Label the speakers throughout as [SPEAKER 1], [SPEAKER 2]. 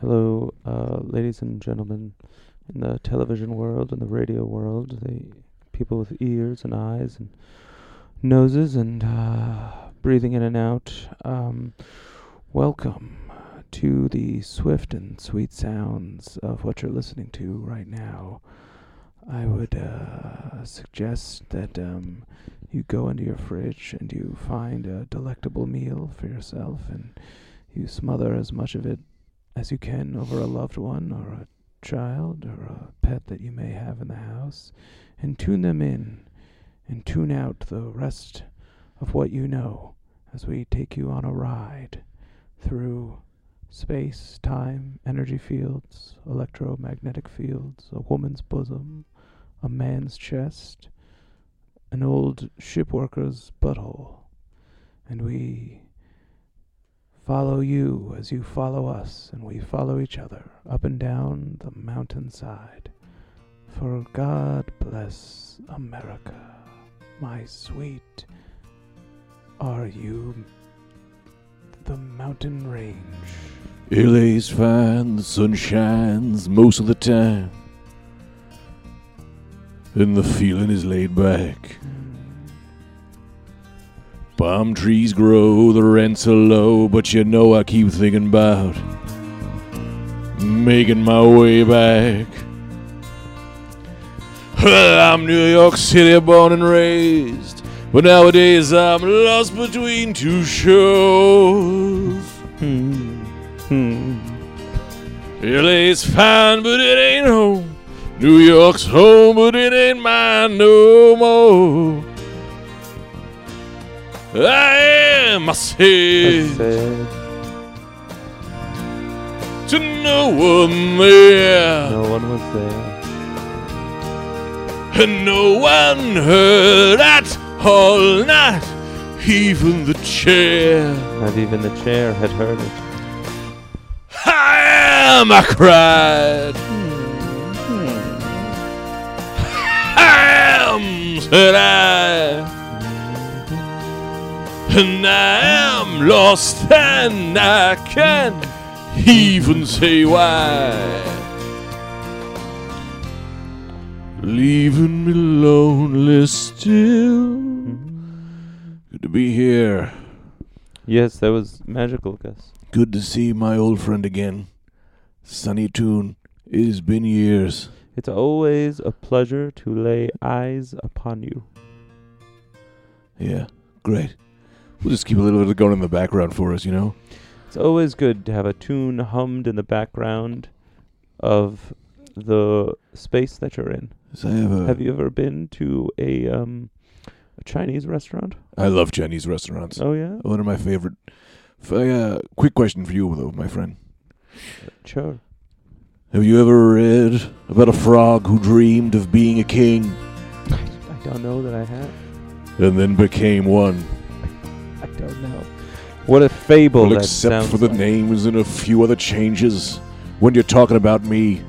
[SPEAKER 1] Hello, uh, ladies and gentlemen, in the television world and the radio world, the people with ears and eyes and noses and uh, breathing in and out. Um, welcome to the swift and sweet sounds of what you're listening to right now. I would uh, suggest that um, you go into your fridge and you find a delectable meal for yourself and you smother as much of it as you can over a loved one or a child or a pet that you may have in the house and tune them in and tune out the rest of what you know as we take you on a ride through space, time, energy fields, electromagnetic fields, a woman's bosom, a man's chest, an old shipworker's butthole. And we follow you as you follow us, and we follow each other up and down the mountainside. For God bless America, my sweet. Are you the mountain range?
[SPEAKER 2] LA's fine, the sun shines most of the time. And the feeling is laid back. Palm trees grow, the rents are low, but you know I keep thinking about making my way back. I'm New York City born and raised, but nowadays I'm lost between two shows.
[SPEAKER 1] Hmm. Hmm.
[SPEAKER 2] LA's fine, but it ain't home. New York's home, but it ain't mine no more. I am, I said,
[SPEAKER 1] Said
[SPEAKER 2] to no one there,
[SPEAKER 1] no one was there.
[SPEAKER 2] and no one heard that all night, even the chair.
[SPEAKER 1] Not even the chair had heard it.
[SPEAKER 2] I am, I cried. Hmm. I am, said I. And I am lost and I can't even say why. Leaving me lonely still. Good to be here.
[SPEAKER 1] Yes, that was magical, Gus.
[SPEAKER 2] Good to see my old friend again. Sunny Tune, it has been years.
[SPEAKER 1] It's always a pleasure to lay eyes upon you.
[SPEAKER 2] Yeah, great. We'll just keep a little bit of going in the background for us, you know?
[SPEAKER 1] It's always good to have a tune hummed in the background of the space that you're in.
[SPEAKER 2] 'Cause I have a.
[SPEAKER 1] Have you ever been to a um a Chinese restaurant?
[SPEAKER 2] I love Chinese restaurants.
[SPEAKER 1] Oh yeah,
[SPEAKER 2] One of my favorite. F- uh, quick question for you, though, my friend.
[SPEAKER 1] sure.
[SPEAKER 2] Have you ever read about a frog who dreamed of being a king
[SPEAKER 1] I don't know that I have.
[SPEAKER 2] and then became one?
[SPEAKER 1] I don't know. What a fable
[SPEAKER 2] well,
[SPEAKER 1] that
[SPEAKER 2] except
[SPEAKER 1] sounds
[SPEAKER 2] for the
[SPEAKER 1] like.
[SPEAKER 2] names and a few other changes. When you're talking about me,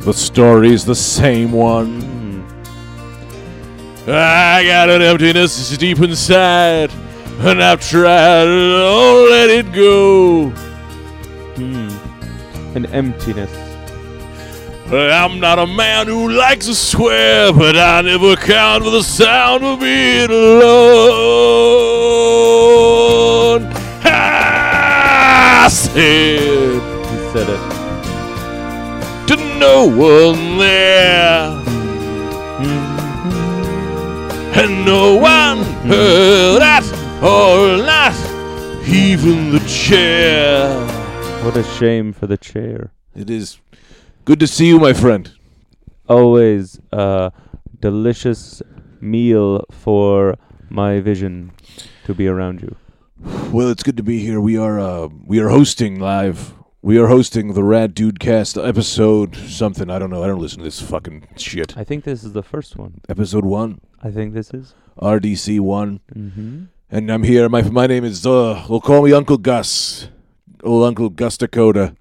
[SPEAKER 2] the story's the same one.
[SPEAKER 1] Mm.
[SPEAKER 2] I got an emptiness deep inside, and I've tried to not let it go.
[SPEAKER 1] Mm. Hmm, An emptiness.
[SPEAKER 2] I'm not a man who likes to swear, but I never count for the sound of being alone. I said
[SPEAKER 1] He said it.
[SPEAKER 2] to no one there, and no one heard that or not, even the chair.
[SPEAKER 1] What a shame for the chair.
[SPEAKER 2] It is good to see you, my friend.
[SPEAKER 1] Always a delicious meal for my vision to be around you.
[SPEAKER 2] Well, it's good to be here. We are uh, we are hosting live. We are hosting the Rad Dude Cast episode something. I don't know. I don't listen to this fucking shit.
[SPEAKER 1] I think this is the first one.
[SPEAKER 2] Episode one,
[SPEAKER 1] I think this is.
[SPEAKER 2] RDC one,
[SPEAKER 1] Mm-hmm.
[SPEAKER 2] and I'm here. My my name is uh, well, call me Uncle Gus, old Uncle Gus Dakota,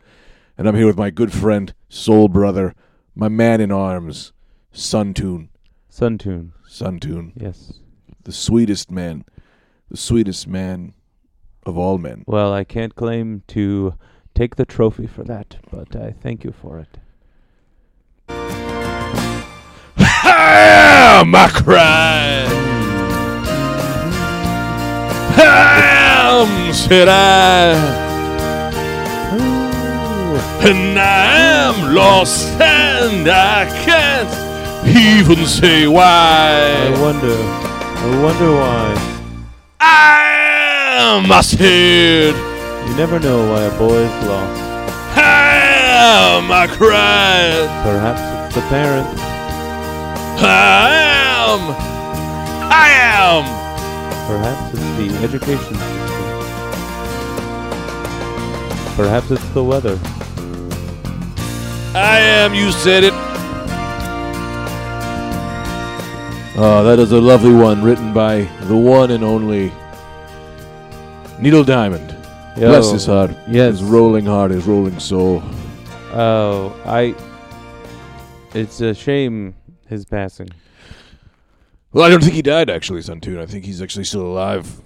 [SPEAKER 2] and I'm here with my good friend, soul brother, my man in arms, Suntune,
[SPEAKER 1] Suntune.
[SPEAKER 2] Suntune,
[SPEAKER 1] Yes.
[SPEAKER 2] the sweetest man, the sweetest man of all men.
[SPEAKER 1] Well, I can't claim to take the trophy for that, but I thank you for it.
[SPEAKER 2] Ah, my cry. Ham said I, and I'm lost, and I can't even say
[SPEAKER 1] I
[SPEAKER 2] why.
[SPEAKER 1] wonder, I wonder why.
[SPEAKER 2] I'm said,
[SPEAKER 1] You never know why a boy is lost.
[SPEAKER 2] Ham, I cried.
[SPEAKER 1] Perhaps it's the parents.
[SPEAKER 2] I am. I am.
[SPEAKER 1] Perhaps it's the education system. Perhaps it's the weather.
[SPEAKER 2] I am. You said it. Oh, that is a lovely one written by the one and only Needle Diamond. Bless his heart.
[SPEAKER 1] Yes.
[SPEAKER 2] His rolling heart, his rolling soul.
[SPEAKER 1] Oh, I. It's a shame his passing.
[SPEAKER 2] Well, I don't think he died actually, Santoon. I think he's actually still alive.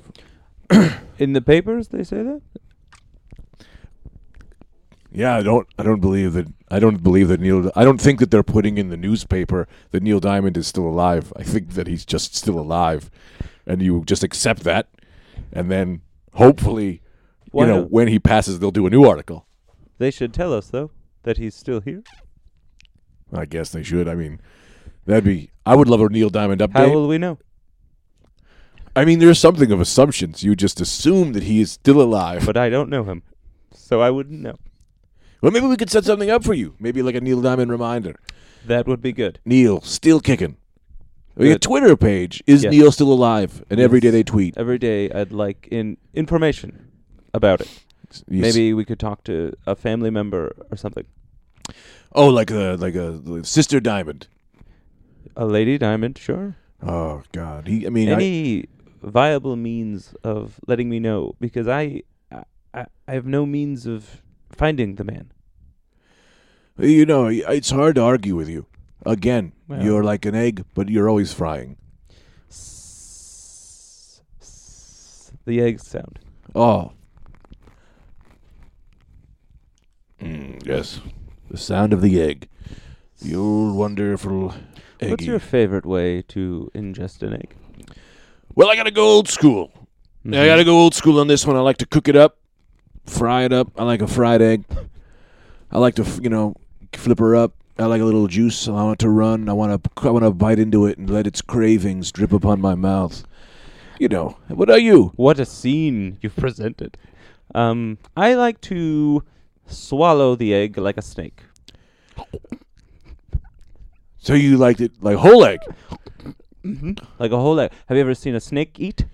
[SPEAKER 1] In the papers, they say that.
[SPEAKER 2] Yeah, I don't. I don't believe that. I don't believe that Neil. I don't think that they're putting in the newspaper that Neil Diamond is still alive. I think that he's just still alive, and you just accept that, and then hopefully,
[SPEAKER 1] Why
[SPEAKER 2] you know,
[SPEAKER 1] not?
[SPEAKER 2] when he passes, they'll do a new article.
[SPEAKER 1] They should tell us though that he's still here.
[SPEAKER 2] I guess they should. I mean, that'd be. I would love a Neil Diamond update.
[SPEAKER 1] How will we know?
[SPEAKER 2] I mean, there's something of assumptions. You just assume that he is still alive.
[SPEAKER 1] But I don't know him, so I wouldn't know.
[SPEAKER 2] well, maybe we could set something up for you. Maybe like a Neil Diamond reminder.
[SPEAKER 1] That would be good.
[SPEAKER 2] Neil still kicking. Your
[SPEAKER 1] Good.
[SPEAKER 2] Twitter page is
[SPEAKER 1] Yes.
[SPEAKER 2] Neil still alive, and every day
[SPEAKER 1] Yes.
[SPEAKER 2] they tweet.
[SPEAKER 1] Every day, I'd like in information about it.
[SPEAKER 2] You s-
[SPEAKER 1] Maybe we could talk to a family member or something.
[SPEAKER 2] oh, like a like a like sister diamond.
[SPEAKER 1] A lady diamond, sure.
[SPEAKER 2] Oh God, he. I mean, I,
[SPEAKER 1] Any viable means of letting me know because I, I, I I have no means of finding the man.
[SPEAKER 2] you know, it's hard to argue with you. Again,
[SPEAKER 1] Well.
[SPEAKER 2] you're like an egg, but you're always frying.
[SPEAKER 1] The egg sound.
[SPEAKER 2] Oh. Mm, yes, the sound of the egg. The old wonderful eggy.
[SPEAKER 1] What's your favorite way to ingest an egg?
[SPEAKER 2] well, I gotta go old school. I gotta go old school on this one. I like to cook it up, fry it up. I like a fried egg. I like to, f- you know, flip her up. I like a little juice. I want it to run. I want to. I want to bite into it and let its cravings drip upon my mouth. You know. What are you?
[SPEAKER 1] What a scene you've presented. Um, I like to swallow the egg like a snake.
[SPEAKER 2] So you liked it like whole egg?
[SPEAKER 1] Like a whole egg. Have you ever seen a snake eat?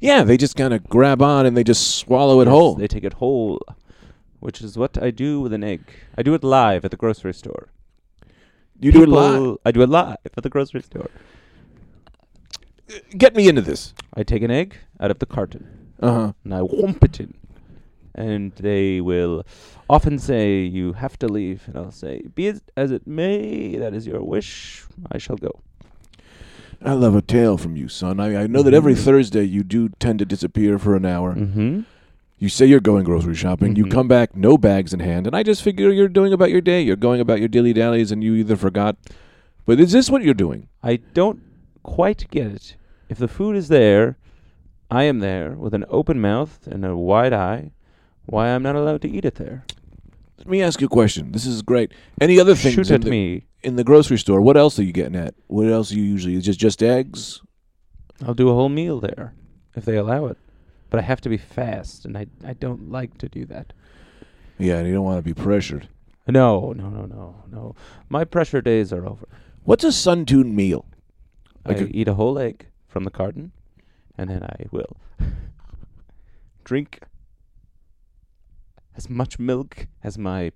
[SPEAKER 2] Yeah. They just kind of grab on and they just swallow it
[SPEAKER 1] Yes,
[SPEAKER 2] whole.
[SPEAKER 1] They take it whole, which is what I do with an egg. I do it live at the grocery store.
[SPEAKER 2] you do it live.
[SPEAKER 1] People- I do it live at the grocery store.
[SPEAKER 2] Get me into this.
[SPEAKER 1] I take an egg out of the carton
[SPEAKER 2] Uh huh.
[SPEAKER 1] and I whomp it in. And they will often say, You have to leave. And I'll say, Be it as it may, that is your wish. I shall go.
[SPEAKER 2] I love a tale from you, son. I, I know that
[SPEAKER 1] Mm.
[SPEAKER 2] every Thursday you do tend to disappear for an hour.
[SPEAKER 1] hmm.
[SPEAKER 2] You say you're going grocery shopping. You
[SPEAKER 1] Mhm.
[SPEAKER 2] come back, no bags in hand, and I just figure you're doing about your day. You're going about your dilly dallies, and you either forgot. But is this what you're doing?
[SPEAKER 1] I don't quite get it. If the food is there, I am there with an open mouth and a wide eye. Why I'm not allowed to eat it there?
[SPEAKER 2] Let me ask you a question. This is great. Any other things
[SPEAKER 1] Shoot
[SPEAKER 2] in,
[SPEAKER 1] at
[SPEAKER 2] the,
[SPEAKER 1] me.
[SPEAKER 2] in the grocery store? What else are you getting at? What else are you usually? Just just eggs?
[SPEAKER 1] I'll do a whole meal there if they allow it. But I have to be fast, and I, I don't like to do that.
[SPEAKER 2] Yeah, and you don't want to be pressured.
[SPEAKER 1] No, no, no, no, no. My pressure days are over.
[SPEAKER 2] What's a sun tuned meal? Like
[SPEAKER 1] I
[SPEAKER 2] a-
[SPEAKER 1] eat a whole egg from the carton, and then I will drink as much milk as my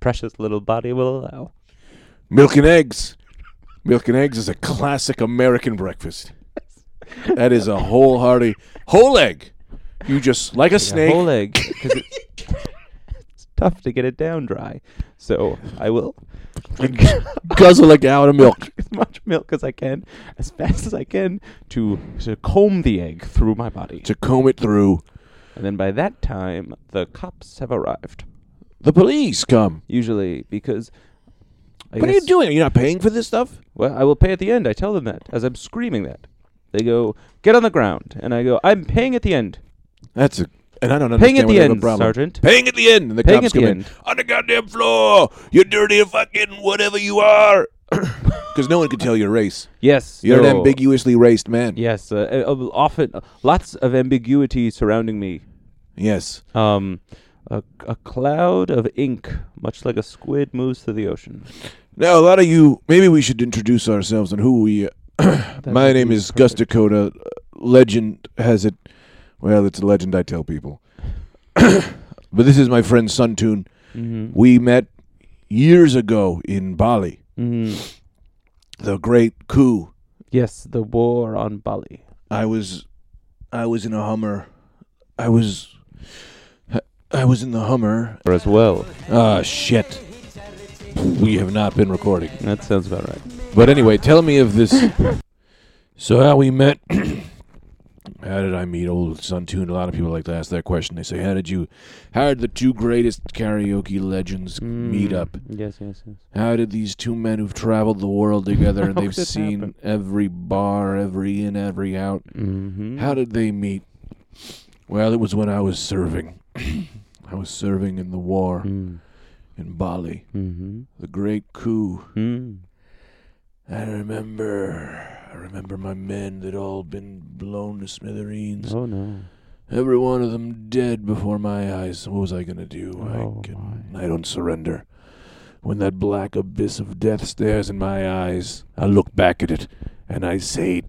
[SPEAKER 1] precious little body will allow.
[SPEAKER 2] Milk and eggs. Milk and eggs is a classic American breakfast. That is a wholehearty whole egg. You just like a
[SPEAKER 1] a
[SPEAKER 2] snake.
[SPEAKER 1] whole egg because it's, it's tough to get it down dry. So I will drink
[SPEAKER 2] guzzle a gallon of milk.
[SPEAKER 1] as much milk as I can, as fast as I can, to to comb the egg through my body.
[SPEAKER 2] to comb it through.
[SPEAKER 1] And then by that time, the cops have arrived.
[SPEAKER 2] The police come.
[SPEAKER 1] usually because. I
[SPEAKER 2] what are you
[SPEAKER 1] guess-
[SPEAKER 2] doing? You're not paying for this stuff?
[SPEAKER 1] Well, I will pay at the end. I tell them that as I'm screaming that. They go, get on the ground, and I go, I'm paying at the end.
[SPEAKER 2] That's a. And I don't understand.
[SPEAKER 1] Paying at
[SPEAKER 2] why
[SPEAKER 1] the
[SPEAKER 2] they have a
[SPEAKER 1] end,
[SPEAKER 2] problem.
[SPEAKER 1] Sergeant.
[SPEAKER 2] Paying at the end, and the
[SPEAKER 1] Paying
[SPEAKER 2] cops
[SPEAKER 1] at the
[SPEAKER 2] come in.
[SPEAKER 1] end.
[SPEAKER 2] On the goddamn floor, you dirty fucking whatever you are, because no one can tell your race.
[SPEAKER 1] Yes,
[SPEAKER 2] You're an
[SPEAKER 1] no.
[SPEAKER 2] ambiguously raced man.
[SPEAKER 1] Yes, uh, uh, often lots of ambiguity surrounding me.
[SPEAKER 2] Yes.
[SPEAKER 1] Um, a, a cloud of ink, much like a squid moves through the ocean.
[SPEAKER 2] Now a lot of you. Maybe we should introduce ourselves and who we. My
[SPEAKER 1] would
[SPEAKER 2] name
[SPEAKER 1] be
[SPEAKER 2] is Gus Dakota. Legend has it. Well, it's a legend I tell people. but this is my friend Sun Tune.
[SPEAKER 1] Mm-hmm.
[SPEAKER 2] We met years ago in Bali. The great coup.
[SPEAKER 1] Mm-hmm. Yes, the war on Bali.
[SPEAKER 2] I was, I was in a Hummer. I was, I was in the Hummer.
[SPEAKER 1] Or as well.
[SPEAKER 2] Ah, shit. We have not been recording.
[SPEAKER 1] That sounds about right.
[SPEAKER 2] But anyway, tell me of this. so how we met? how did I meet old Sun Tune? A lot of people like to ask that question. They say, "How did you? How did the two greatest karaoke legends
[SPEAKER 1] Hmm.
[SPEAKER 2] meet up?
[SPEAKER 1] Mm-hmm. Yes, yes, yes.
[SPEAKER 2] How did these two men who've traveled the world together and
[SPEAKER 1] How
[SPEAKER 2] they've
[SPEAKER 1] could that
[SPEAKER 2] seen
[SPEAKER 1] happen?
[SPEAKER 2] every bar, every in, every out?
[SPEAKER 1] Mm-hmm.
[SPEAKER 2] How did they meet? Well, it was when I was serving. I was serving in the war
[SPEAKER 1] Hmm.
[SPEAKER 2] in Bali,
[SPEAKER 1] Mm-hmm.
[SPEAKER 2] the great coup.
[SPEAKER 1] Mm.
[SPEAKER 2] I remember. I remember my men that all been blown to smithereens.
[SPEAKER 1] Oh no.
[SPEAKER 2] Every one of them dead before my eyes. What was I gonna do?
[SPEAKER 1] Oh,
[SPEAKER 2] I can, I don't surrender. When that black abyss of death stares in my eyes, I look back at it and I say,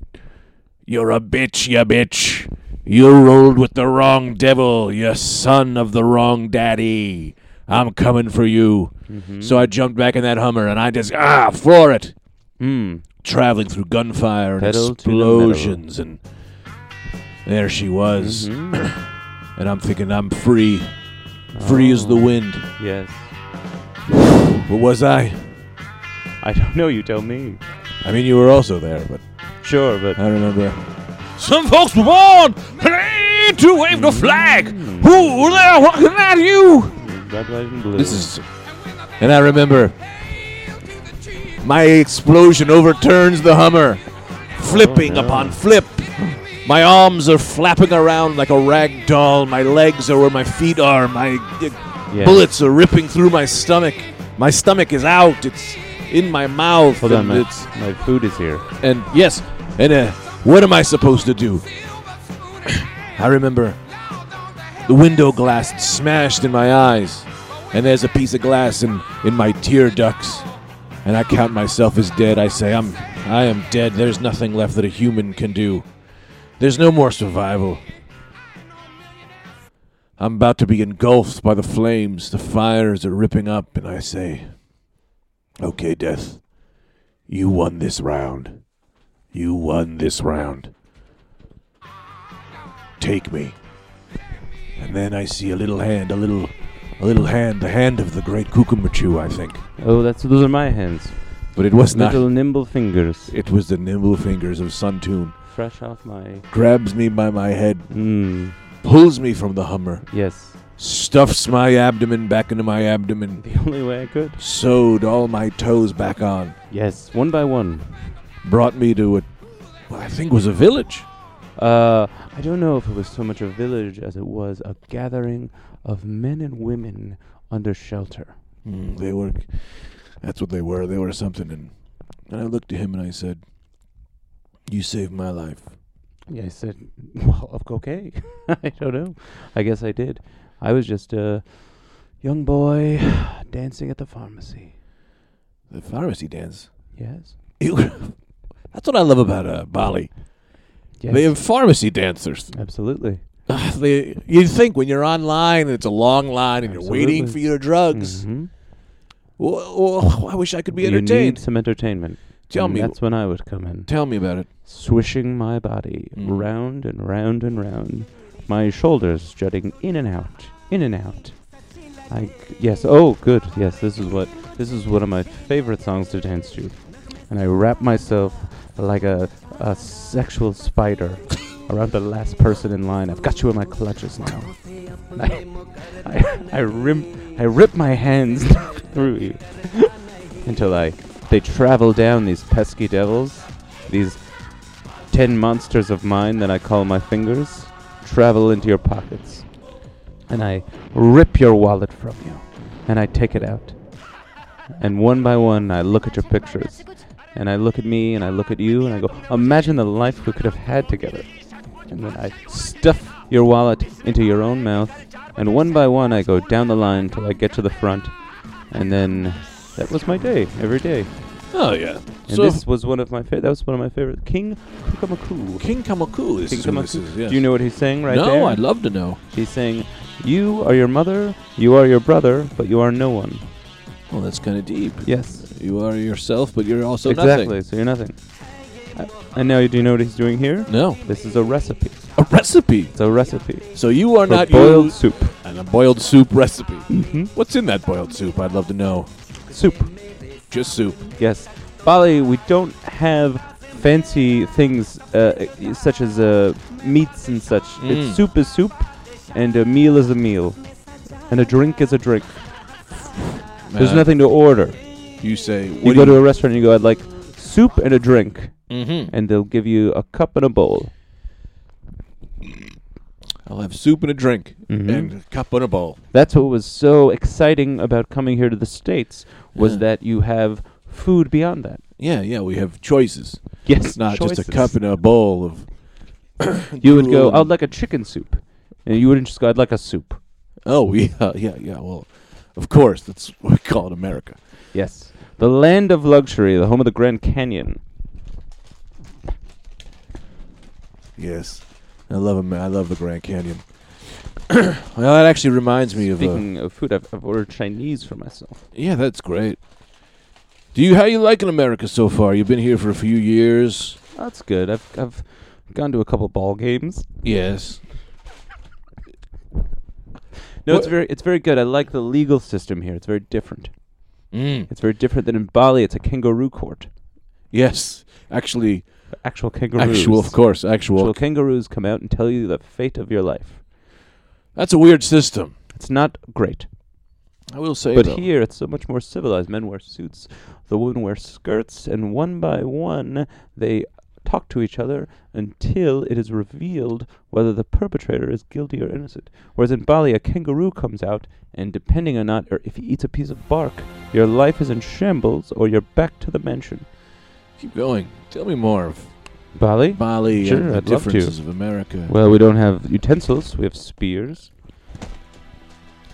[SPEAKER 2] "You're a bitch, you bitch. You rolled with the wrong devil. You son of the wrong daddy. I'm coming for you."
[SPEAKER 1] Mm-hmm.
[SPEAKER 2] So I jumped back in that Hummer and I just ah for it
[SPEAKER 1] Mm.
[SPEAKER 2] traveling through gunfire and
[SPEAKER 1] Pedal to the metal.
[SPEAKER 2] explosions and there she was
[SPEAKER 1] Mhm.
[SPEAKER 2] and i'm thinking i'm free free as the
[SPEAKER 1] Oh,
[SPEAKER 2] wind
[SPEAKER 1] Yes.
[SPEAKER 2] but was i
[SPEAKER 1] I don't know. You tell me.
[SPEAKER 2] i mean you were also there but
[SPEAKER 1] Sure, but
[SPEAKER 2] i remember some folks were born ready to wave the flag
[SPEAKER 1] Mm.
[SPEAKER 2] who they are walking at you
[SPEAKER 1] red, white, and blue.
[SPEAKER 2] this is and i remember my explosion overturns the hummer flipping
[SPEAKER 1] no.
[SPEAKER 2] upon flip My arms are flapping around like a rag doll. My legs are where my feet are. My uh,
[SPEAKER 1] Yes.
[SPEAKER 2] bullets are ripping through my stomach. My stomach is out. It's in my mouth.
[SPEAKER 1] Hold on,
[SPEAKER 2] and,
[SPEAKER 1] my,
[SPEAKER 2] it's,
[SPEAKER 1] my food is here.
[SPEAKER 2] and yes, and uh, what am I supposed to do? I remember the window glass smashed in my eyes, and there's a piece of glass in, in my tear ducts. And I count myself as dead. I say, I'm, I am dead. There's nothing left that a human can do. There's no more survival. I'm about to be engulfed by the flames. The fires are ripping up, and I say, Okay, Death, you won this round. You won this round. Take me. And then I see a little hand, a little, a little hand, the hand of the great Kukumachu, I think.
[SPEAKER 1] Oh, that's those are my hands.
[SPEAKER 2] But it was not.
[SPEAKER 1] Little nimble fingers,
[SPEAKER 2] It was the nimble fingers of Sun Tune.
[SPEAKER 1] fresh off my.
[SPEAKER 2] Grabs me by my head,
[SPEAKER 1] Mm,
[SPEAKER 2] pulls me from the Hummer,
[SPEAKER 1] yes,
[SPEAKER 2] stuffs my abdomen back into my abdomen,
[SPEAKER 1] the only way I could.
[SPEAKER 2] sewed all my toes back on,
[SPEAKER 1] Yes, one by one.
[SPEAKER 2] brought me to a, what I think was a village.
[SPEAKER 1] Uh, I don't know if it was so much a village as it was a gathering of men and women under shelter.
[SPEAKER 2] Mm, they were, that's what they were. They were something. And, and I looked at him and I said, "You saved my life."
[SPEAKER 1] I said, "Well, of okay, I don't know. I guess I did. I was just a young boy dancing at the pharmacy.
[SPEAKER 2] The pharmacy dance.
[SPEAKER 1] Yes,
[SPEAKER 2] Ew. that's what I love about uh, Bali.
[SPEAKER 1] yes,
[SPEAKER 2] They have pharmacy dancers.
[SPEAKER 1] absolutely.
[SPEAKER 2] Ah, they, you think when you're online and it's a long line and you're waiting for
[SPEAKER 1] Absolutely.
[SPEAKER 2] your drugs.
[SPEAKER 1] Mhm.
[SPEAKER 2] Wha- wha- I wish I could be
[SPEAKER 1] you
[SPEAKER 2] entertained.
[SPEAKER 1] need some entertainment.
[SPEAKER 2] Tell
[SPEAKER 1] and
[SPEAKER 2] me,
[SPEAKER 1] That's when I would come in.
[SPEAKER 2] tell me about it.
[SPEAKER 1] swishing my body
[SPEAKER 2] Mm.
[SPEAKER 1] round and round and round, my shoulders jutting in and out, in and out. I g- yes, oh good, yes, this is what this is one of my favorite songs to dance to, and I wrap myself like a a sexual spider or I'm the last person in line. I've got you in my clutches now. I, I, I, rim, I rip my hands through you until I they travel down these pesky devils, these ten monsters of mine that I call my fingers, travel into your pockets, and I rip your wallet from you, and I take it out. And one by one, I look at your pictures, and I look at me, and I look at you, and I go, imagine the life we could have had together. And then I stuff your wallet into your own mouth, and one by one, I go down the line till I get to the front, and then that was my day every day.
[SPEAKER 2] Oh yeah.
[SPEAKER 1] And
[SPEAKER 2] so
[SPEAKER 1] this was one of my fa- that was one of my favorite King Kukamaku.
[SPEAKER 2] King Kamaku is
[SPEAKER 1] King
[SPEAKER 2] who this
[SPEAKER 1] Kamaku.
[SPEAKER 2] is, yes.
[SPEAKER 1] Do you know what he's saying right
[SPEAKER 2] no,
[SPEAKER 1] there?
[SPEAKER 2] I'd love to know.
[SPEAKER 1] He's saying, "You are your mother, you are your brother, but you are no one."
[SPEAKER 2] Well, that's kind of deep.
[SPEAKER 1] Yes,
[SPEAKER 2] You are yourself, but you're also
[SPEAKER 1] exactly.
[SPEAKER 2] nothing.
[SPEAKER 1] So you're nothing. I, and now, do you know what he's doing here?
[SPEAKER 2] No,
[SPEAKER 1] This is a recipe.
[SPEAKER 2] a recipe.
[SPEAKER 1] It's a recipe
[SPEAKER 2] So you are
[SPEAKER 1] for
[SPEAKER 2] not
[SPEAKER 1] boiled
[SPEAKER 2] you
[SPEAKER 1] soup.
[SPEAKER 2] and a boiled soup recipe.
[SPEAKER 1] hmm
[SPEAKER 2] What's in that boiled soup? I'd love to know.
[SPEAKER 1] Soup.
[SPEAKER 2] Just soup.
[SPEAKER 1] Yes, Bali. We don't have fancy things uh, i- such as uh, meats and such.
[SPEAKER 2] Mm.
[SPEAKER 1] It's soup is soup, and a meal is a meal, and a drink is a drink. There's
[SPEAKER 2] Uh,
[SPEAKER 1] nothing to order.
[SPEAKER 2] You say.
[SPEAKER 1] You
[SPEAKER 2] What
[SPEAKER 1] go
[SPEAKER 2] do
[SPEAKER 1] to a restaurant and you go, "I'd like soup and a drink,"
[SPEAKER 2] you, Mhm.
[SPEAKER 1] and they'll give you a cup and a bowl.
[SPEAKER 2] I'll have soup and a drink
[SPEAKER 1] Mhm.
[SPEAKER 2] and a cup and a bowl.
[SPEAKER 1] That's what was so exciting about coming here to the states was
[SPEAKER 2] Yeah.
[SPEAKER 1] that you have food beyond that.
[SPEAKER 2] Yeah, yeah. We have choices.
[SPEAKER 1] Yes,
[SPEAKER 2] It's not just a
[SPEAKER 1] choices.
[SPEAKER 2] cup and a bowl of.
[SPEAKER 1] You would go,
[SPEAKER 2] noodle
[SPEAKER 1] "I'd
[SPEAKER 2] and-
[SPEAKER 1] like a chicken soup," and you wouldn't just go, "I'd like a soup."
[SPEAKER 2] Oh yeah, yeah, yeah. Well, of course. That's what we call it, America.
[SPEAKER 1] Yes. The land of luxury, the home of the Grand Canyon.
[SPEAKER 2] Yes, I love him. I love the Grand Canyon. well, that actually reminds me of. Uh,
[SPEAKER 1] Speaking of food, I've, I've ordered Chinese for myself.
[SPEAKER 2] yeah, that's great. Do you how you liking America so far? You've been here for a few years.
[SPEAKER 1] That's good. I've, I've gone to a couple ball games.
[SPEAKER 2] Yes.
[SPEAKER 1] No, it's
[SPEAKER 2] What-
[SPEAKER 1] very it's very good. I like the legal system here. It's very different.
[SPEAKER 2] Mm.
[SPEAKER 1] It's very different than in Bali. It's a kangaroo court.
[SPEAKER 2] Yes. Actually,
[SPEAKER 1] Actual kangaroos.
[SPEAKER 2] actual, of course, actual.
[SPEAKER 1] Actual kangaroos come out and tell you the fate of your life.
[SPEAKER 2] That's a weird system.
[SPEAKER 1] It's not great.
[SPEAKER 2] I will say,
[SPEAKER 1] But
[SPEAKER 2] though.
[SPEAKER 1] here, it's so much more civilized. Men wear suits, the women wear skirts, and one by one, they talk to each other until it is revealed whether the perpetrator is guilty or innocent. Whereas in Bali, a kangaroo comes out, and depending on not, or if he eats a piece of bark, your life is in shambles, or you're back to the mansion.
[SPEAKER 2] keep going. Tell me more of
[SPEAKER 1] Bali?
[SPEAKER 2] Bali
[SPEAKER 1] Sure,
[SPEAKER 2] and the
[SPEAKER 1] I'd love to.
[SPEAKER 2] differences of America.
[SPEAKER 1] Well, we don't have utensils, we have spears.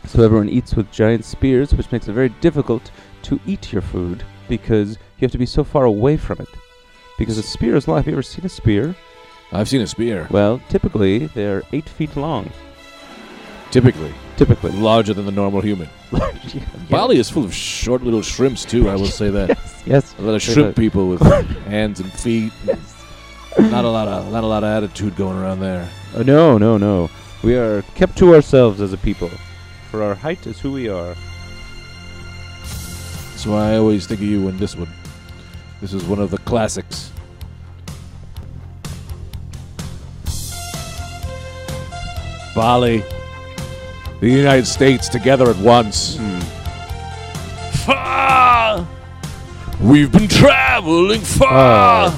[SPEAKER 1] So everyone eats with giant spears, which makes it very difficult to eat your food because you have to be so far away from it. Because a spear is long. Have you ever seen a spear?
[SPEAKER 2] I've seen a spear.
[SPEAKER 1] Well, typically they're eight feet long.
[SPEAKER 2] Typically,
[SPEAKER 1] Typically.
[SPEAKER 2] larger than the normal human. Bali is full of short little shrimps too. I will say that.
[SPEAKER 1] Yes.
[SPEAKER 2] A lot of
[SPEAKER 1] There's
[SPEAKER 2] shrimp
[SPEAKER 1] a-
[SPEAKER 2] people with hands and feet. Not a lot of not a lot of attitude going around there.
[SPEAKER 1] Oh, no, no, no. We are kept to ourselves as a people. For our height is who we are.
[SPEAKER 2] So I always think of you in this one. This is one of the classics. Bali, the United States together at once. Hmm. Far, we've been traveling far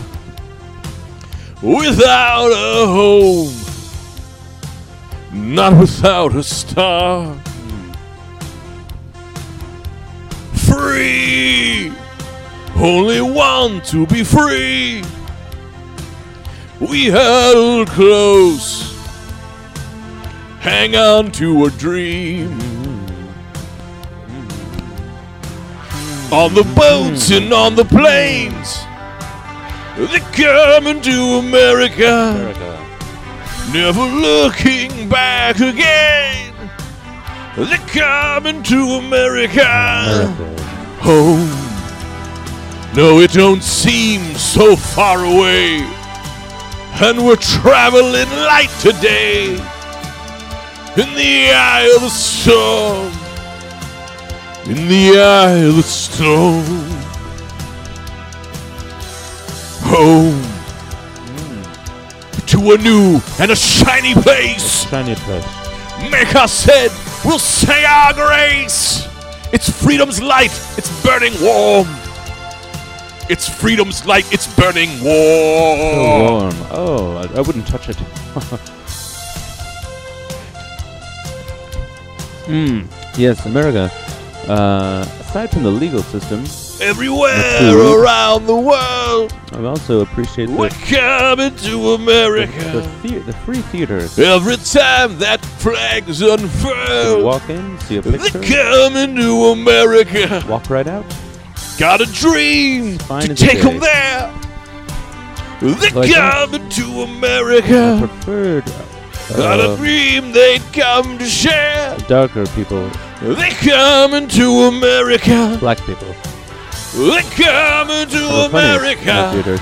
[SPEAKER 2] without a home, not without a star. Hmm. Free, only one to be free. We held close, hang on to a dream. On the boats and on the planes, they coming to America. Never looking back again. They're coming to America. Home. No, it don't seem so far away. And we're traveling light today. In the eye of the storm. In the eye of the storm. Home. To to a new and a shiny place.
[SPEAKER 3] Shiny place.
[SPEAKER 2] Make us head, we'll say our grace. It's freedom's light, it's burning warm. It's freedom's light, it's burning warm.
[SPEAKER 1] warm. Oh, I, I wouldn't touch it. mm, yes, America. Uh, aside from the legal system,
[SPEAKER 2] Everywhere
[SPEAKER 1] That's cool.
[SPEAKER 2] around the world,
[SPEAKER 1] I also appreciate
[SPEAKER 2] we're
[SPEAKER 1] the,
[SPEAKER 2] coming to
[SPEAKER 1] the,
[SPEAKER 2] America.
[SPEAKER 1] the, thea- the free theater.
[SPEAKER 2] Every time that flag's
[SPEAKER 1] You
[SPEAKER 2] unfurled,
[SPEAKER 1] walk in, see a
[SPEAKER 2] they're
[SPEAKER 1] picture,
[SPEAKER 2] coming to America.
[SPEAKER 1] walk right out.
[SPEAKER 2] Got a dream
[SPEAKER 1] Fine
[SPEAKER 2] to
[SPEAKER 1] as a
[SPEAKER 2] take
[SPEAKER 1] day.
[SPEAKER 2] them there. They're
[SPEAKER 1] Like that?
[SPEAKER 2] coming to America.
[SPEAKER 1] Preferred
[SPEAKER 2] Got a
[SPEAKER 1] uh,
[SPEAKER 2] dream they'd come to share.
[SPEAKER 1] darker people,
[SPEAKER 2] They're coming to America.
[SPEAKER 1] black people.
[SPEAKER 2] They're coming to
[SPEAKER 1] are the funniest in that
[SPEAKER 2] America.
[SPEAKER 1] theater.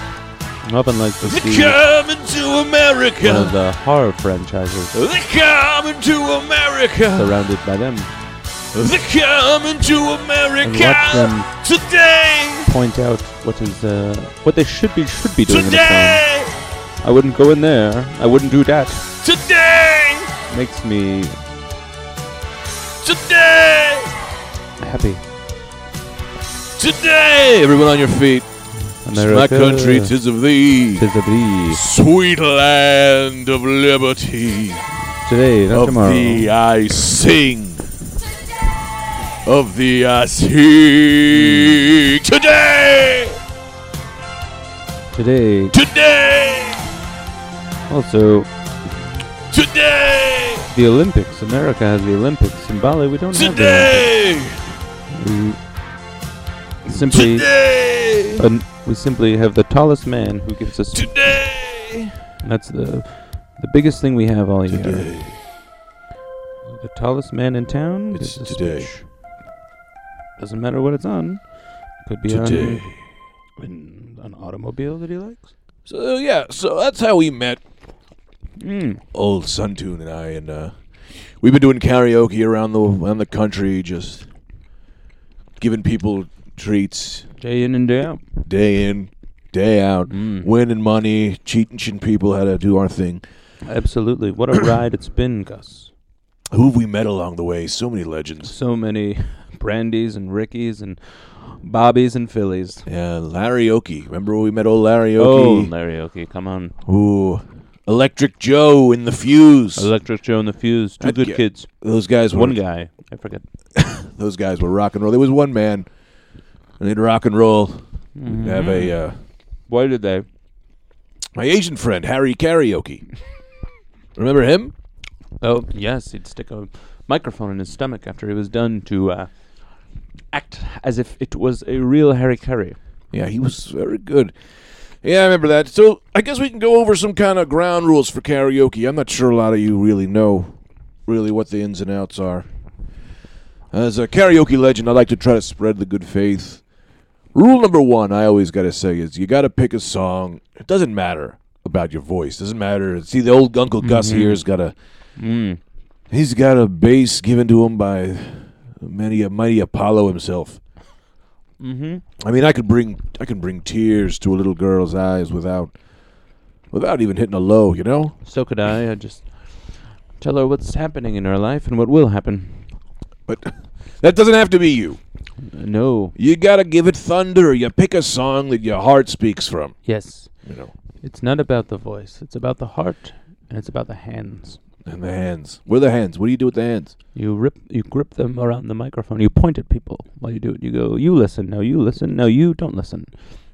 [SPEAKER 1] I often like to see
[SPEAKER 2] They're coming to
[SPEAKER 1] one of
[SPEAKER 2] America.
[SPEAKER 1] the horror franchises
[SPEAKER 2] They're coming to America.
[SPEAKER 1] surrounded by them
[SPEAKER 2] They're coming to
[SPEAKER 1] and watch
[SPEAKER 2] America
[SPEAKER 1] them
[SPEAKER 2] today.
[SPEAKER 1] point out what is uh, what they should be should be doing in a film.
[SPEAKER 2] Today,
[SPEAKER 1] I wouldn't go in there. I wouldn't do that.
[SPEAKER 2] today,
[SPEAKER 1] Makes me
[SPEAKER 2] today,
[SPEAKER 1] happy.
[SPEAKER 2] today. Everyone on your feet. My
[SPEAKER 1] America,
[SPEAKER 2] country, tis of thee.
[SPEAKER 1] tis a breeze.
[SPEAKER 2] Sweet land of liberty,
[SPEAKER 1] Today, not
[SPEAKER 2] of
[SPEAKER 1] tomorrow.
[SPEAKER 2] thee I sing, of thee I sing today,
[SPEAKER 1] Today,
[SPEAKER 2] today,
[SPEAKER 1] also
[SPEAKER 2] today,
[SPEAKER 1] the Olympics. America has the Olympics. In Bali, we don't have the
[SPEAKER 2] today,
[SPEAKER 1] Olympics. We simply,
[SPEAKER 2] today,
[SPEAKER 1] an, we simply have the tallest man who gives us.
[SPEAKER 2] today,
[SPEAKER 1] That's the the biggest thing we have all year. The tallest man in town.
[SPEAKER 2] It's
[SPEAKER 1] gives a
[SPEAKER 2] today.
[SPEAKER 1] speech. Doesn't matter what it's on. Could be
[SPEAKER 2] today.
[SPEAKER 1] on in an automobile that he likes.
[SPEAKER 2] So uh, yeah, so that's how we met. Hmm.
[SPEAKER 1] Mm.
[SPEAKER 2] old Suntune and I, and uh, we've been doing karaoke around the around the country, just giving people treats
[SPEAKER 1] Day in and day out.
[SPEAKER 2] day in, day out,
[SPEAKER 1] Mm.
[SPEAKER 2] winning money, teaching people how to do our thing.
[SPEAKER 1] Absolutely. What a ride it's been, Gus.
[SPEAKER 2] Who have we met along the way? So many legends.
[SPEAKER 1] So many Brandies and Rickies and Bobbies and Phillies.
[SPEAKER 2] Yeah, Larry Oakey. Remember when we met old Larry
[SPEAKER 1] Oh,
[SPEAKER 2] Oakey?
[SPEAKER 1] Larry Oakey, come on.
[SPEAKER 2] Ooh, Electric Joe in the Fuse.
[SPEAKER 1] Electric Joe and the Fuse. Two
[SPEAKER 2] I'd
[SPEAKER 1] good
[SPEAKER 2] get-
[SPEAKER 1] kids.
[SPEAKER 2] those guys were
[SPEAKER 1] One guy. I forget.
[SPEAKER 2] those guys were rock and roll. There was one man, and they'd rock and roll. Have a uh,
[SPEAKER 1] Mm-hmm. Why did they?
[SPEAKER 2] my Asian friend Harry Karaoke. Remember him?
[SPEAKER 1] Oh, yes. He'd stick a microphone in his stomach after he was done to uh, act as if it was a real Harry Carey.
[SPEAKER 2] Yeah, he was very good. Yeah, I remember that. So I guess we can go over some kind of ground rules for karaoke. I'm not sure a lot of you really know really what the ins and outs are. As a karaoke legend, I like to try to spread the good faith. Rule number one, I always got to say, is you got to pick a song. It doesn't matter about your voice. doesn't matter. See, the old Uncle Gus here's got a
[SPEAKER 1] Mm.
[SPEAKER 2] He's got a bass given to him by many a mighty Apollo himself.
[SPEAKER 1] Mm-hmm.
[SPEAKER 2] I mean, I could bring I can bring tears to a little girl's eyes without without even hitting a low, you know.
[SPEAKER 1] So could I. I just tell her what's happening in her life and what will happen.
[SPEAKER 2] But that doesn't have to be you.
[SPEAKER 1] No.
[SPEAKER 2] You gotta give it thunder. You pick a song that your heart speaks from.
[SPEAKER 1] Yes.
[SPEAKER 2] You know,
[SPEAKER 1] It's not about the voice. It's about the heart and it's about the hands.
[SPEAKER 2] and the hands. Where are the hands? What do you do with the hands?
[SPEAKER 1] You rip you grip them around the microphone. You point at people while you do it. You go, "You listen. No, you listen. No, you don't listen."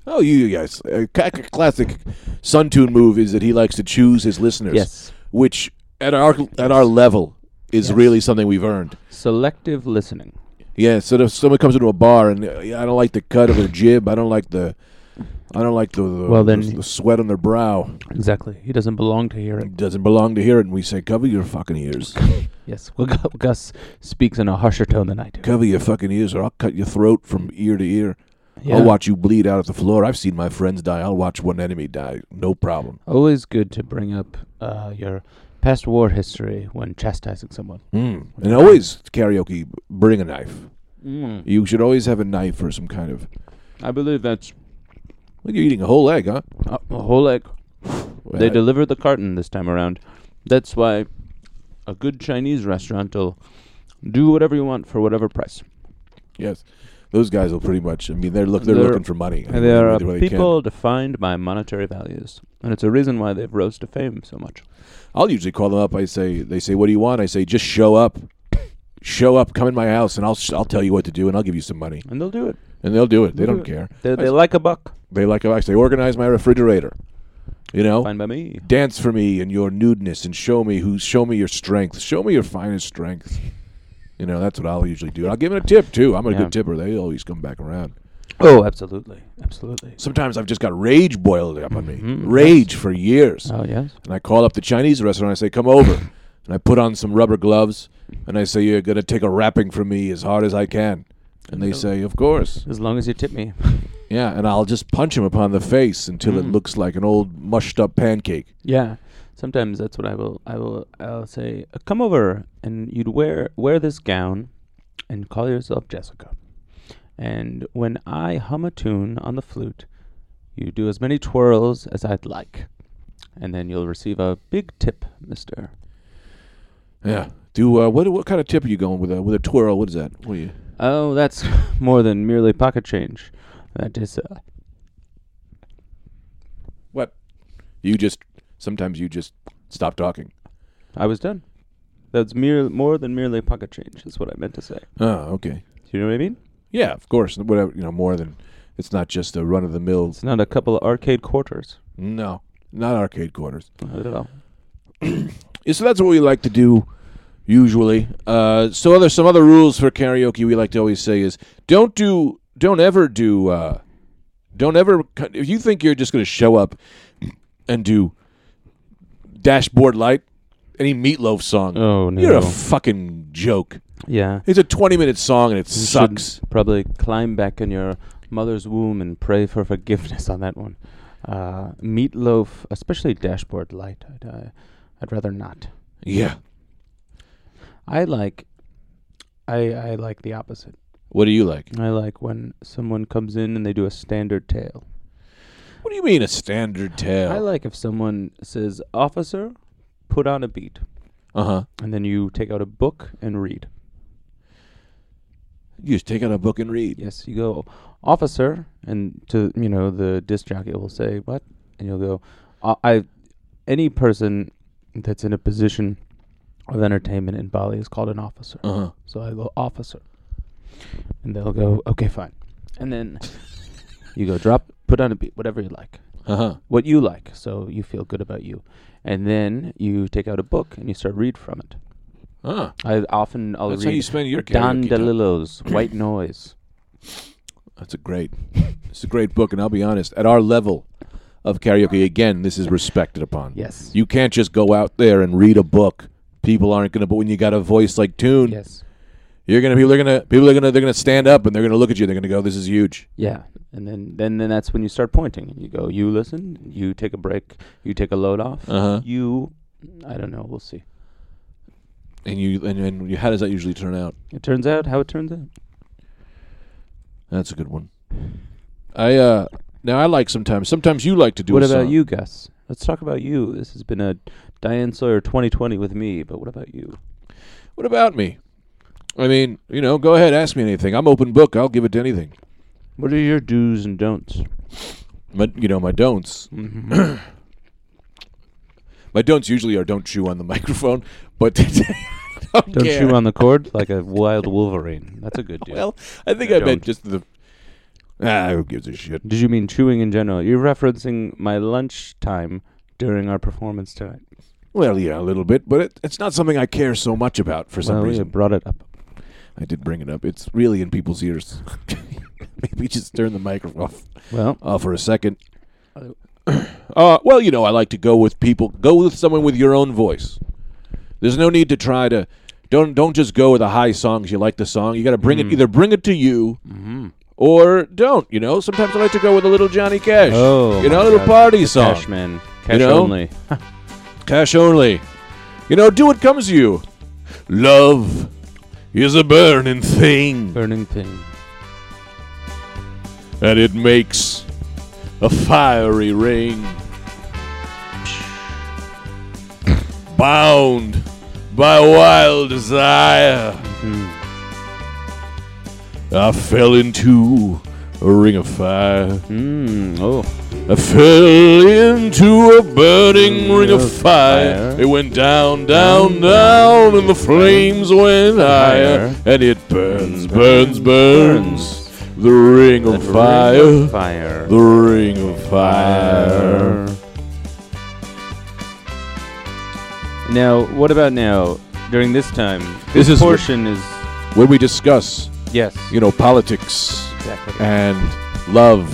[SPEAKER 2] Oh, you guys. A ca- ca- classic Suntune move is that he likes to choose his listeners.
[SPEAKER 1] Yes.
[SPEAKER 2] Which at our at our level is
[SPEAKER 1] Yes.
[SPEAKER 2] really something we've earned.
[SPEAKER 1] Selective listening.
[SPEAKER 2] Yeah, so if someone comes into a bar and uh, I don't like the cut of their jib, I don't like the, I don't like the, the
[SPEAKER 1] Well, then-
[SPEAKER 2] the, the sweat on their brow.
[SPEAKER 1] Exactly. He doesn't belong to hear it.
[SPEAKER 2] It doesn't belong to hear it, and we say, cover your fucking ears,
[SPEAKER 1] Yes. Well, Gu- Gus speaks in a harsher tone than I do.
[SPEAKER 2] cover your fucking ears, or I'll cut your throat from ear to ear.
[SPEAKER 1] Yeah.
[SPEAKER 2] I'll watch you bleed out at the floor. I've seen my friends die. I'll watch one enemy die, no problem.
[SPEAKER 1] Always good to bring up uh, your past war history when chastising someone.
[SPEAKER 2] Mm. And always karaoke, bring a knife.
[SPEAKER 1] Mm.
[SPEAKER 2] You should always have a knife or some kind of.
[SPEAKER 1] I believe that's
[SPEAKER 2] Well, you're eating a whole egg, huh?
[SPEAKER 1] a, a whole egg. They
[SPEAKER 2] Uh,
[SPEAKER 1] delivered the carton this time around. That's why a good Chinese restaurant will do whatever you want for whatever price.
[SPEAKER 2] Yes, those guys will pretty much. I mean, they're look they're,
[SPEAKER 1] They're-
[SPEAKER 2] looking for money. I mean,
[SPEAKER 1] And there are
[SPEAKER 2] they really can.
[SPEAKER 1] people defined by monetary values, and it's a reason why they've rose to fame so much.
[SPEAKER 2] I'll usually call them up. I say, they say, "What do you want?" I say, "Just show up, show up, come in my house, and I'll sh- I'll tell you what to do, and I'll give you some money."
[SPEAKER 1] And they'll do it.
[SPEAKER 2] And they'll do it. They
[SPEAKER 1] They'll
[SPEAKER 2] don't
[SPEAKER 1] do
[SPEAKER 2] care.
[SPEAKER 1] They, they
[SPEAKER 2] Nice.
[SPEAKER 1] like a buck.
[SPEAKER 2] They like I say, organize my refrigerator. You know,
[SPEAKER 1] Fine by me.
[SPEAKER 2] dance for me in your nudeness, and show me who, show me your strength, show me your finest strength. You know, that's what I'll usually do. And I'll give them a tip too. I'm a
[SPEAKER 1] Yeah.
[SPEAKER 2] good tipper. They always come back around.
[SPEAKER 1] Oh, absolutely, absolutely.
[SPEAKER 2] Sometimes I've just got rage boiled up on me,
[SPEAKER 1] Mhm.
[SPEAKER 2] rage for years.
[SPEAKER 1] Oh yes.
[SPEAKER 2] And I call up the Chinese restaurant. I say, "Come over." and I put on some rubber gloves, and I say, "You're gonna take a wrapping from me as hard as I can." And they
[SPEAKER 1] No.
[SPEAKER 2] say, "Of course."
[SPEAKER 1] As long as you tip me.
[SPEAKER 2] Yeah, and I'll just punch him upon the face until it
[SPEAKER 1] Mm.
[SPEAKER 2] looks like an old mushed up pancake.
[SPEAKER 1] Yeah. Sometimes that's what I will. I will. I'll say, "Uh, "Come over, and you'd wear wear this gown, and call yourself Jessica. And when I hum a tune on the flute, you do as many twirls as I'd like, and then you'll receive a big tip, Mister.
[SPEAKER 2] Yeah. Do uh, what? What kind of tip are you going with? A, with a twirl? What is that? What are you?
[SPEAKER 1] Oh, that's more than merely pocket change. That is uh,
[SPEAKER 2] What? You just sometimes you just stop talking.
[SPEAKER 1] I was done. That's mere more than merely pocket change is what I meant to say.
[SPEAKER 2] Oh, okay.
[SPEAKER 1] Do you know what I mean?
[SPEAKER 2] Yeah, of course. Whatever you know, more than it's not just a run of the mill.
[SPEAKER 1] It's not a couple of arcade quarters.
[SPEAKER 2] No, not arcade quarters.
[SPEAKER 1] Not at all.
[SPEAKER 2] Yeah, so that's what we like to do usually. Uh, so other some other rules for karaoke we like to always say is don't do don't ever do uh, don't ever c- if you think you're just going to show up and do dashboard light any meatloaf song
[SPEAKER 1] Oh no.
[SPEAKER 2] you're a fucking joke
[SPEAKER 1] yeah.
[SPEAKER 2] it's a 20 minute song and it
[SPEAKER 1] You should
[SPEAKER 2] sucks
[SPEAKER 1] Probably climb back in your mother's womb and pray for forgiveness on that one. Uh, meatloaf, especially dashboard light. I'd, uh, I'd rather not.
[SPEAKER 2] yeah
[SPEAKER 1] I like, I I like the opposite.
[SPEAKER 2] what do you like
[SPEAKER 1] I like when someone comes in and they do a standard tale.
[SPEAKER 2] what do you mean a standard
[SPEAKER 1] I
[SPEAKER 2] tale
[SPEAKER 1] like if someone says, "Officer, put on a beat,"
[SPEAKER 2] uh-huh
[SPEAKER 1] and then you take out a book and read.
[SPEAKER 2] you just take out a book and read
[SPEAKER 1] Yes, you go, officer, and to you know the disc jockey will say what, and you'll go, "Uh, I, any person that's in a position of entertainment in Bali is called an officer.
[SPEAKER 2] uh-huh
[SPEAKER 1] So I go officer, and they'll go, okay, fine, and then you go drop, put on a beat, whatever you like,
[SPEAKER 2] uh-huh
[SPEAKER 1] what you like, so you feel good about you, and then you take out a book and you start read from it.
[SPEAKER 2] uh
[SPEAKER 1] I often I'll
[SPEAKER 2] that's how
[SPEAKER 1] read
[SPEAKER 2] you spend your
[SPEAKER 1] Don
[SPEAKER 2] karaoke time.
[SPEAKER 1] DeLillo's White Noise.
[SPEAKER 2] That's a great. It's a great book, and I'll be honest. At our level of karaoke, again, this is respected upon.
[SPEAKER 1] Yes.
[SPEAKER 2] You can't just go out there and read a book. People aren't gonna. But when you got a voice like Tune,
[SPEAKER 1] yes.
[SPEAKER 2] you're gonna. People are gonna. People are gonna. They're gonna stand up and they're gonna look at you. They're gonna go, "This is huge."
[SPEAKER 1] Yeah, and then then then that's when you start pointing. and You go, you listen, you take a break, you take a load off,
[SPEAKER 2] Uh huh.
[SPEAKER 1] you, I don't know, we'll see.
[SPEAKER 2] And you and, and you, how does that usually turn out?
[SPEAKER 1] It turns out how it turns out.
[SPEAKER 2] That's a good one. I uh now I like sometimes. Sometimes you like to do.
[SPEAKER 1] what
[SPEAKER 2] a
[SPEAKER 1] about
[SPEAKER 2] song.
[SPEAKER 1] you, Gus? Let's talk about you. This has been a Diane Sawyer 2020 with me, but what about you?
[SPEAKER 2] What about me? I mean, you know, go ahead, ask me anything. I'm open book. I'll give it to anything.
[SPEAKER 1] What are your do's and don'ts?
[SPEAKER 2] But you know, my don'ts.
[SPEAKER 1] Mhm.
[SPEAKER 2] My don'ts usually are don't chew on the microphone, but don't,
[SPEAKER 1] Don't
[SPEAKER 2] care.
[SPEAKER 1] chew on the cord like a wild wolverine. That's a good deal.
[SPEAKER 2] Well, I think
[SPEAKER 1] I
[SPEAKER 2] I meant
[SPEAKER 1] don't.
[SPEAKER 2] just the. Ah, who gives a shit?
[SPEAKER 1] Did you mean chewing in general? You're referencing my lunch time during our performance tonight.
[SPEAKER 2] Well, yeah, a little bit, but it, it's not something I care so much about for some
[SPEAKER 1] well, you
[SPEAKER 2] reason.
[SPEAKER 1] brought it up.
[SPEAKER 2] I did bring it up. It's really in people's ears. Maybe just turn the microphone off,
[SPEAKER 1] Well,
[SPEAKER 2] off Uh, for a second.
[SPEAKER 1] Oh.
[SPEAKER 2] Uh, well, you know, I like to go with people. Go with someone with your own voice. There's no need to try to. Don't don't just go with the high songs. You like the song. You got to bring
[SPEAKER 1] Mm-hmm.
[SPEAKER 2] it. Either bring it to you, or don't. You know, sometimes I like to go with a little Johnny Cash.
[SPEAKER 1] Oh,
[SPEAKER 2] you know,
[SPEAKER 1] my
[SPEAKER 2] a little
[SPEAKER 1] God.
[SPEAKER 2] party song.
[SPEAKER 1] Cash man, cash
[SPEAKER 2] know?
[SPEAKER 1] only.
[SPEAKER 2] Cash only. You know, do what comes to you. Love is a burning thing,
[SPEAKER 1] Burning thing.
[SPEAKER 2] and it makes a fiery ring. bound by wild desire. I fell into a ring of fire.
[SPEAKER 1] Mm, oh.
[SPEAKER 2] I fell into a burning ring of Mm, fire. Mm.
[SPEAKER 1] fire.
[SPEAKER 2] It went down, down, down, and the flames went higher.
[SPEAKER 1] Higher.
[SPEAKER 2] And it burns, burns, burns. The ring of fire.
[SPEAKER 1] Fire.
[SPEAKER 2] The ring of fire.
[SPEAKER 1] Now, what about now? During this time,
[SPEAKER 2] This
[SPEAKER 1] this,
[SPEAKER 2] is what-
[SPEAKER 1] portion is
[SPEAKER 2] When we discuss,
[SPEAKER 1] yes,
[SPEAKER 2] you know, politics
[SPEAKER 1] exactly
[SPEAKER 2] and love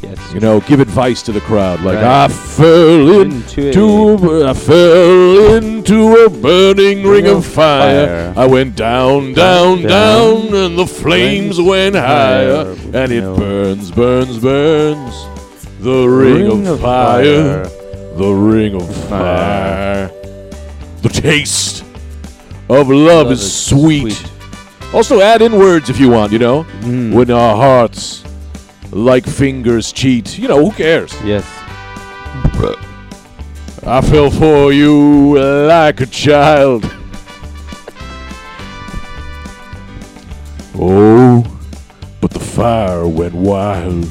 [SPEAKER 1] yes,
[SPEAKER 2] you know, give advice to the crowd. Like,
[SPEAKER 1] Right.
[SPEAKER 2] I fell
[SPEAKER 1] Into
[SPEAKER 2] into a, bu- I fell into a burning ring of fire.
[SPEAKER 1] fire.
[SPEAKER 2] I went down, down, down,
[SPEAKER 1] Down.
[SPEAKER 2] and the flames
[SPEAKER 1] Flames
[SPEAKER 2] went higher.
[SPEAKER 1] higher.
[SPEAKER 2] And it
[SPEAKER 1] No.
[SPEAKER 2] burns, burns, burns. The ring, of, fire. The ring of fire.
[SPEAKER 1] Fire.
[SPEAKER 2] The taste of love,
[SPEAKER 1] Love
[SPEAKER 2] is,
[SPEAKER 1] is
[SPEAKER 2] sweet. Hmm.
[SPEAKER 1] sweet.
[SPEAKER 2] Also, add in words if you want, you know.
[SPEAKER 1] Mm.
[SPEAKER 2] When our hearts, like fingers, cheat. You know, who cares?
[SPEAKER 1] Yes.
[SPEAKER 2] I fell for you like a child. Oh, but the fire went wild.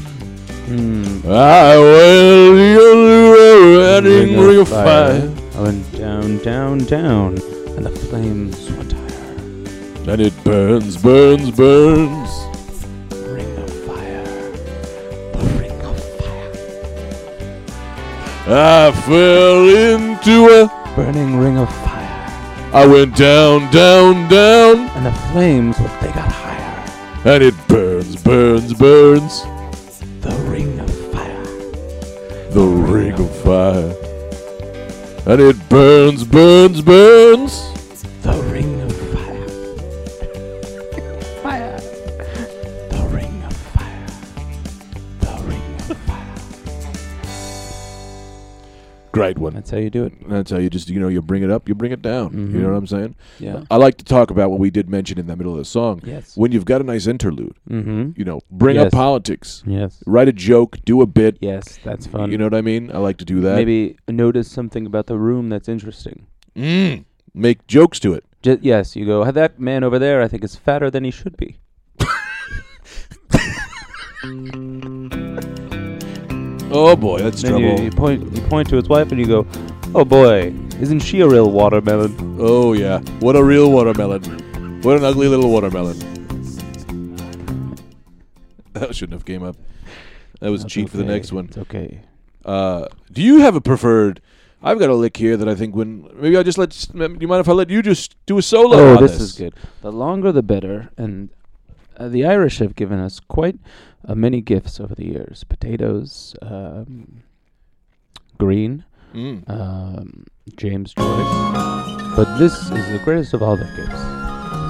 [SPEAKER 1] Mm.
[SPEAKER 2] I went into a wedding ring of fire,
[SPEAKER 1] I went Oh, down, down, down, and the flames went higher.
[SPEAKER 2] and it burns, burns, burns.
[SPEAKER 1] Ring of fire.
[SPEAKER 2] I fell into a.
[SPEAKER 1] Burning ring of fire.
[SPEAKER 2] I went down, down, down,
[SPEAKER 1] And the flames, they got higher.
[SPEAKER 2] and it burns, burns, burns.
[SPEAKER 1] The ring of fire.
[SPEAKER 2] the ring of fire. And it burns, burns, burns.
[SPEAKER 1] The ring of fire. Fire. The ring of fire. The ring of fire.
[SPEAKER 2] Great one.
[SPEAKER 1] That's how you do it.
[SPEAKER 2] That's how you just, you know, you bring it up, you bring it down. You
[SPEAKER 1] Mhm.
[SPEAKER 2] know what I'm saying?
[SPEAKER 1] Yeah.
[SPEAKER 2] I like to talk about what we did mention in the middle of the song.
[SPEAKER 1] Yes.
[SPEAKER 2] When you've got a nice interlude,
[SPEAKER 1] Mm-hmm.
[SPEAKER 2] you know, bring up
[SPEAKER 1] Yes.
[SPEAKER 2] politics,
[SPEAKER 1] Yes.
[SPEAKER 2] write a joke, do a bit.
[SPEAKER 1] Yes, that's fun.
[SPEAKER 2] You know what I mean? I like to do that.
[SPEAKER 1] Maybe notice something about the room that's interesting.
[SPEAKER 2] Mm, make jokes to it.
[SPEAKER 1] Ju- yes, you go. "Ah, That man over there, I think, is fatter than he should be.
[SPEAKER 2] Oh boy, that's
[SPEAKER 1] And then you,
[SPEAKER 2] trouble.
[SPEAKER 1] you point, you point to his wife, and you go, "Oh boy, isn't she a real watermelon?"
[SPEAKER 2] Oh yeah, what a real watermelon. What an ugly little watermelon. That shouldn't have came up. That was a
[SPEAKER 1] That's
[SPEAKER 2] cheat for the
[SPEAKER 1] okay.
[SPEAKER 2] next one.
[SPEAKER 1] It's okay.
[SPEAKER 2] Uh, do you have a preferred? I've got a lick here that I think when maybe I just let. s- Do you mind if I let you just do a solo?
[SPEAKER 1] Oh,
[SPEAKER 2] on
[SPEAKER 1] this, is good. The longer the better, and uh, the Irish have given us quite uh, many gifts over the years: potatoes, um, green,
[SPEAKER 2] Mm.
[SPEAKER 1] um, James Joyce. But this is the greatest of all their gifts.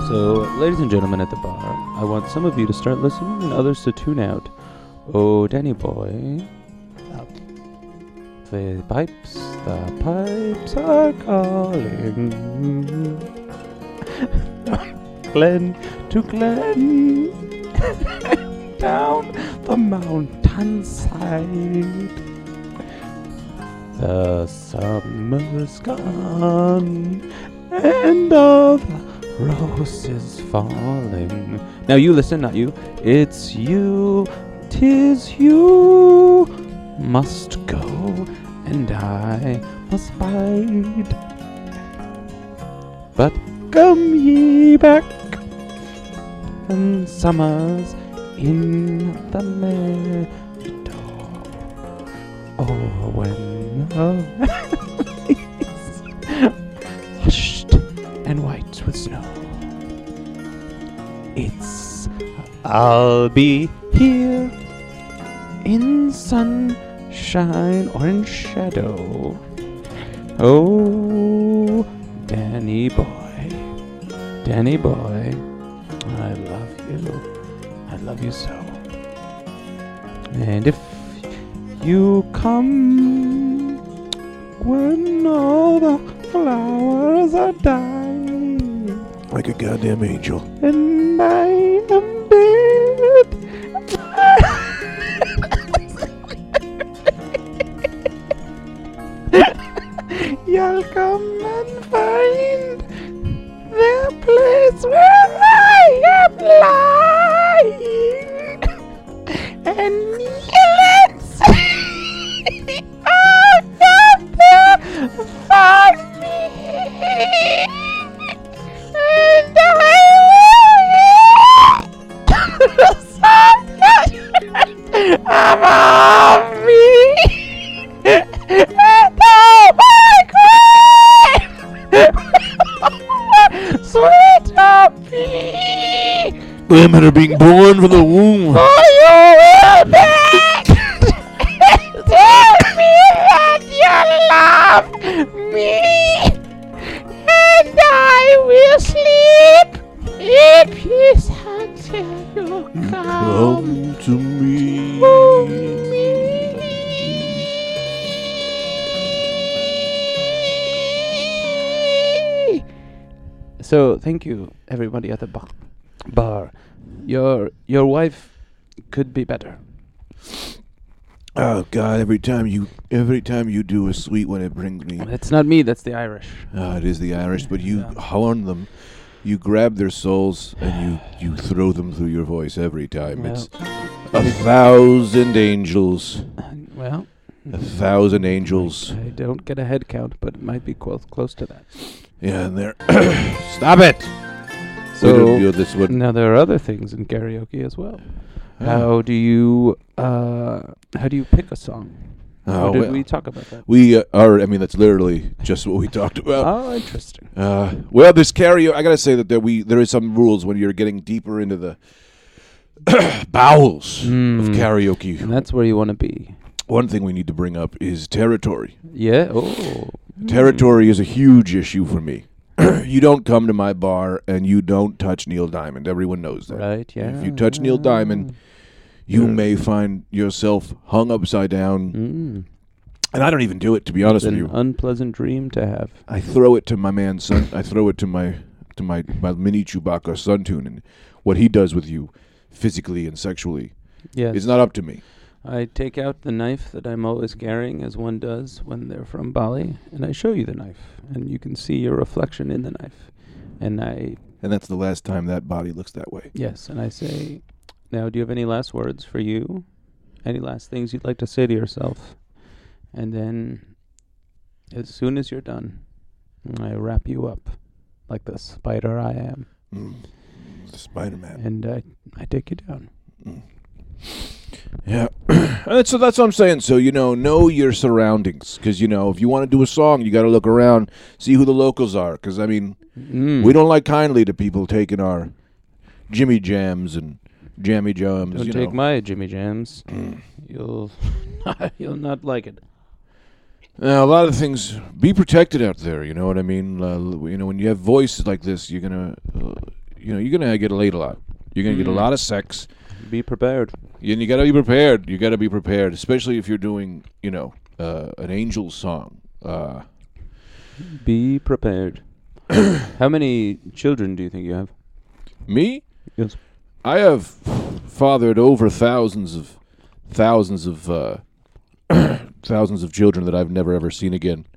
[SPEAKER 1] So, ladies and gentlemen at the bar, I want some of you to start listening and others to tune out. Oh, Danny boy, up the pipes, the pipes are calling. Glen to Glen, down the mountain side. The summer's gone, and all the roses falling. Now you listen, not you. It's you, tis you must go, and I must bide. But come ye back, and summer's in the meadow. Oh, when the is hushed and white with snow, it's I'll be here in sunshine or in shadow. Oh, Danny boy, Danny boy, I love you, I love you so. And if you come when all the flowers are dying,
[SPEAKER 2] Like a goddamn angel.
[SPEAKER 1] and I am dead. You'll come and
[SPEAKER 3] That's when I am blind and can't see out of there for me. And I will sunlight above me. And oh my grave, sweet happy.
[SPEAKER 2] Women are being born from the womb.
[SPEAKER 3] For you will back tell me that you love me, and I will sleep in peace until you come
[SPEAKER 2] Come to me.
[SPEAKER 3] to me.
[SPEAKER 1] So thank you, everybody at the bar. Bar, your your wife could be better.
[SPEAKER 2] Oh God! Every time you, every time you do a sweet one, it brings me.
[SPEAKER 1] It's not me. That's the Irish.
[SPEAKER 2] Ah, it is the Irish, but you
[SPEAKER 1] Yeah.
[SPEAKER 2] horn them, you grab their souls, and you you throw them through your voice every time.
[SPEAKER 1] Yeah.
[SPEAKER 2] It's a thousand angels,
[SPEAKER 1] Well,
[SPEAKER 2] a thousand angels.
[SPEAKER 1] I don't get a head count, but it might be close close to that.
[SPEAKER 2] Yeah, and they're stop it. we
[SPEAKER 1] So
[SPEAKER 2] don't do this one.
[SPEAKER 1] now there are other things in karaoke as well.
[SPEAKER 2] Ah.
[SPEAKER 1] How do you uh, how do you pick a song?
[SPEAKER 2] Oh,
[SPEAKER 1] or did
[SPEAKER 2] well.
[SPEAKER 1] we talk about that?
[SPEAKER 2] We uh, are. I mean, that's literally just what we talked about.
[SPEAKER 1] Oh, interesting.
[SPEAKER 2] Uh, well, there's karaoke. I gotta say that there we there is some rules when you're getting deeper into the bowels of
[SPEAKER 1] Mm.
[SPEAKER 2] karaoke.
[SPEAKER 1] And that's where you want to be.
[SPEAKER 2] One thing we need to bring up is territory.
[SPEAKER 1] Yeah. Oh.
[SPEAKER 2] Territory is a huge issue for me. you don't come to my bar and you don't touch Neil Diamond. Everyone knows that.
[SPEAKER 1] Right. Yeah.
[SPEAKER 2] If you touch Neil Diamond, you
[SPEAKER 1] Sure.
[SPEAKER 2] may find yourself hung upside down.
[SPEAKER 1] Mm. uh,
[SPEAKER 2] And I don't even do it to be honest with
[SPEAKER 1] an
[SPEAKER 2] you.
[SPEAKER 1] unpleasant dream to have.
[SPEAKER 2] I throw it to my man son. I throw it to my to my my mini Chewbacca son tune and what he does with you physically and sexually
[SPEAKER 1] Yes.
[SPEAKER 2] is not up to me.
[SPEAKER 1] I take out the knife that I'm always carrying, as one does when they're from Bali, and I show you the knife, and you can see your reflection in the knife. And I,
[SPEAKER 2] And that's the last time that body looks that way.
[SPEAKER 1] yes, and I say, Now, do you have any last words for you? Any last things you'd like to say to yourself? And then, as soon as you're done, I wrap you up like the spider I am,
[SPEAKER 2] Mm. Spider Man.
[SPEAKER 1] and I, I take you down.
[SPEAKER 2] Mm. Yeah. and so that's what I'm saying. So, you know, know your surroundings. Because, you know, if you want to do a song, you got to look around, see who the locals are. Because, I mean,
[SPEAKER 1] Mm.
[SPEAKER 2] we don't like kindly to people taking our Jimmy Jams and Jammy Jams.
[SPEAKER 1] Don't
[SPEAKER 2] you
[SPEAKER 1] take
[SPEAKER 2] know. Mm.
[SPEAKER 1] my Jimmy Jams. you'll, you'll not like it.
[SPEAKER 2] Now, a lot of things, be protected out there. You know what I mean? Uh, you know, when you have voices like this, you're going to, uh, you know, you're going to get laid a lot. You're going to get
[SPEAKER 1] Mm.
[SPEAKER 2] a lot of sex.
[SPEAKER 1] Be prepared.
[SPEAKER 2] And you got to be prepared. You got to be prepared, especially if you're doing, you know, uh, an angel song. Uh,
[SPEAKER 1] Be prepared. How many children do you think you have?
[SPEAKER 2] me?
[SPEAKER 4] Yes.
[SPEAKER 2] I have fathered over thousands of thousands of uh, thousands of children that I've never ever seen again.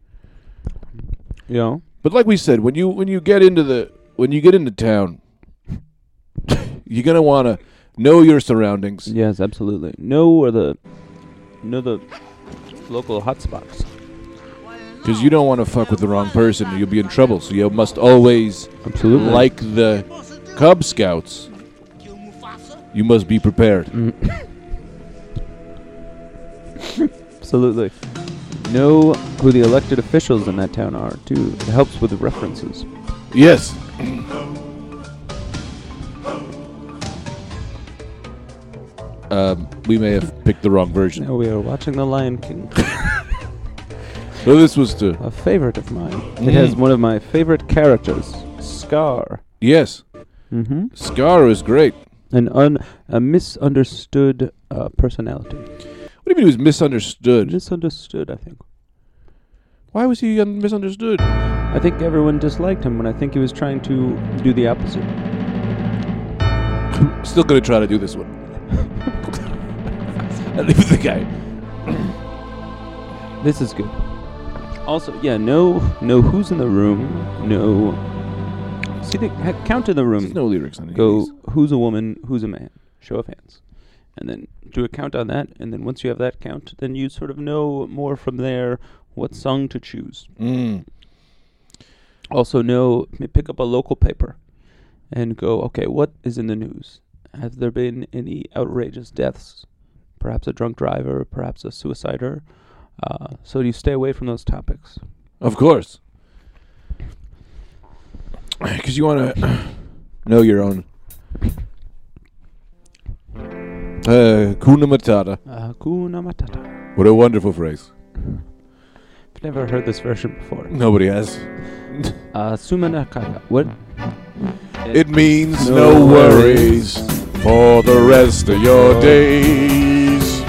[SPEAKER 4] Yeah.
[SPEAKER 2] But like we said, when you when you get into the when you get into town, you're gonna want to know your surroundings.
[SPEAKER 4] Yes, absolutely. Know where the know the local hotspots.
[SPEAKER 2] Because you don't want to fuck with the wrong person, or you'll be in trouble. So you must always,
[SPEAKER 1] Absolutely.
[SPEAKER 2] like the Cub Scouts, you must be prepared.
[SPEAKER 4] Absolutely.
[SPEAKER 1] Know who the elected officials in that town are, too. It helps with the references.
[SPEAKER 2] Yes. um, we may have picked the wrong version.
[SPEAKER 1] Now we are watching The Lion King,
[SPEAKER 2] So this was to
[SPEAKER 1] a favorite of mine. It has
[SPEAKER 2] Mm.
[SPEAKER 1] one of my favorite characters, Scar.
[SPEAKER 2] yes.
[SPEAKER 1] Mm-hmm.
[SPEAKER 2] Scar is great.
[SPEAKER 1] An un, a misunderstood uh, personality.
[SPEAKER 2] What do you mean he was misunderstood?
[SPEAKER 1] Misunderstood, I think.
[SPEAKER 2] Why was he un- misunderstood?
[SPEAKER 1] I think everyone disliked him when I think he was trying to do the opposite.
[SPEAKER 2] Still gonna try to do this one. I leave it to the guy.
[SPEAKER 1] This is good. Also, yeah, know know who's in the room, know See the ha- count in the room.
[SPEAKER 2] There's no lyrics on it.
[SPEAKER 1] Go. Who's a woman? Who's a man? Show of hands, and then do a count on that. And then once you have that count, then you sort of know more from there what song to choose.
[SPEAKER 2] Mm.
[SPEAKER 1] Also, know m- pick up a local paper, and go. Okay, what is in the news? Have there been any outrageous deaths? Perhaps a drunk driver. Perhaps a suicider. Uh, so you stay away from those topics.
[SPEAKER 2] Of course. Because you want to know your own. Uh, Kuna Matata.
[SPEAKER 1] Hakuna Matata.
[SPEAKER 2] What a wonderful phrase.
[SPEAKER 1] I've never heard this version before.
[SPEAKER 2] Nobody has.
[SPEAKER 1] Uh, Sumanakata. What?
[SPEAKER 2] It means
[SPEAKER 1] No
[SPEAKER 2] no, worries for the rest of your days.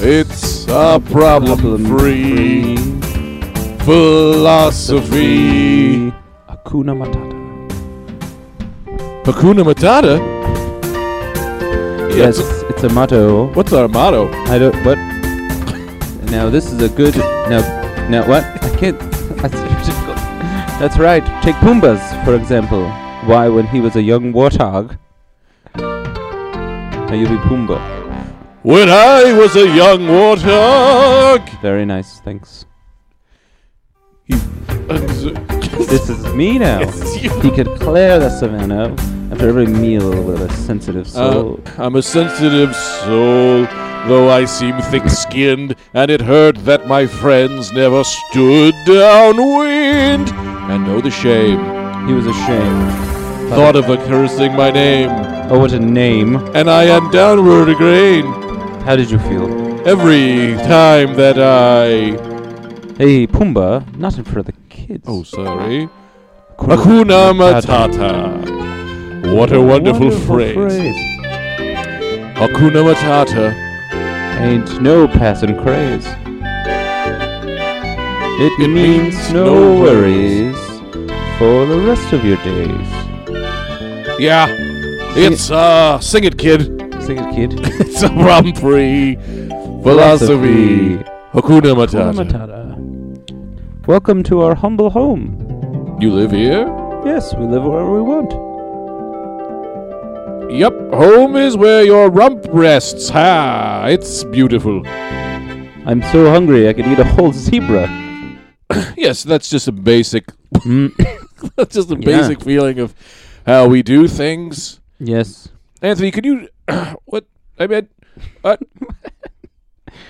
[SPEAKER 2] It's a problem free philosophy.
[SPEAKER 1] Hakuna Matata.
[SPEAKER 2] Hakuna Matata?
[SPEAKER 1] Yes,
[SPEAKER 2] Yes.
[SPEAKER 1] it's a motto.
[SPEAKER 2] What's our motto?
[SPEAKER 1] I don't. What? Now this is a good. Now, now what? I can't. That's difficult. That's right. Take Pumbaa's for example. Why, when he was a young warthog, now you'll be Pumbaa.
[SPEAKER 2] When I was a young warthog.
[SPEAKER 1] Very nice. Thanks.
[SPEAKER 2] this
[SPEAKER 1] This is me now. He could clear the savannah after every meal with a sensitive
[SPEAKER 2] Oh.
[SPEAKER 1] soul.
[SPEAKER 2] Uh, I'm a sensitive soul, though I seem thick skinned, and it hurt that my friends never stood downwind. And know the shame,
[SPEAKER 1] he was ashamed.
[SPEAKER 2] thought of accursing my name,
[SPEAKER 1] Oh, what a name.
[SPEAKER 2] and I am downward again
[SPEAKER 1] How did you feel?
[SPEAKER 2] every time that I.
[SPEAKER 1] Hey, Pumbaa, not for the kids.
[SPEAKER 2] Oh, sorry.
[SPEAKER 1] Kuna-
[SPEAKER 2] Hakuna Matata. What a wonderful, phrase. Hakuna Matata.
[SPEAKER 1] Ain't no passing craze. It,
[SPEAKER 2] It
[SPEAKER 1] means,
[SPEAKER 2] means
[SPEAKER 1] no,
[SPEAKER 2] no
[SPEAKER 1] worries for the rest of your days.
[SPEAKER 2] Yeah. It's uh sing it kid.
[SPEAKER 1] Sing it, kid.
[SPEAKER 2] It's a problem free philosophy.
[SPEAKER 1] Hakuna
[SPEAKER 2] Hakuna Matata.
[SPEAKER 1] Matata. Welcome to our humble home.
[SPEAKER 2] You live here?
[SPEAKER 1] Yes, we live wherever we want.
[SPEAKER 2] Yep, home is where your rump rests. Ha! It's beautiful.
[SPEAKER 1] I'm so hungry I could eat a whole zebra.
[SPEAKER 2] Yes, that's just a basic
[SPEAKER 1] Mm.
[SPEAKER 2] that's just a
[SPEAKER 1] Yeah.
[SPEAKER 2] basic feeling of how we do things.
[SPEAKER 1] yes.
[SPEAKER 2] Anthony, could you what I mean uh,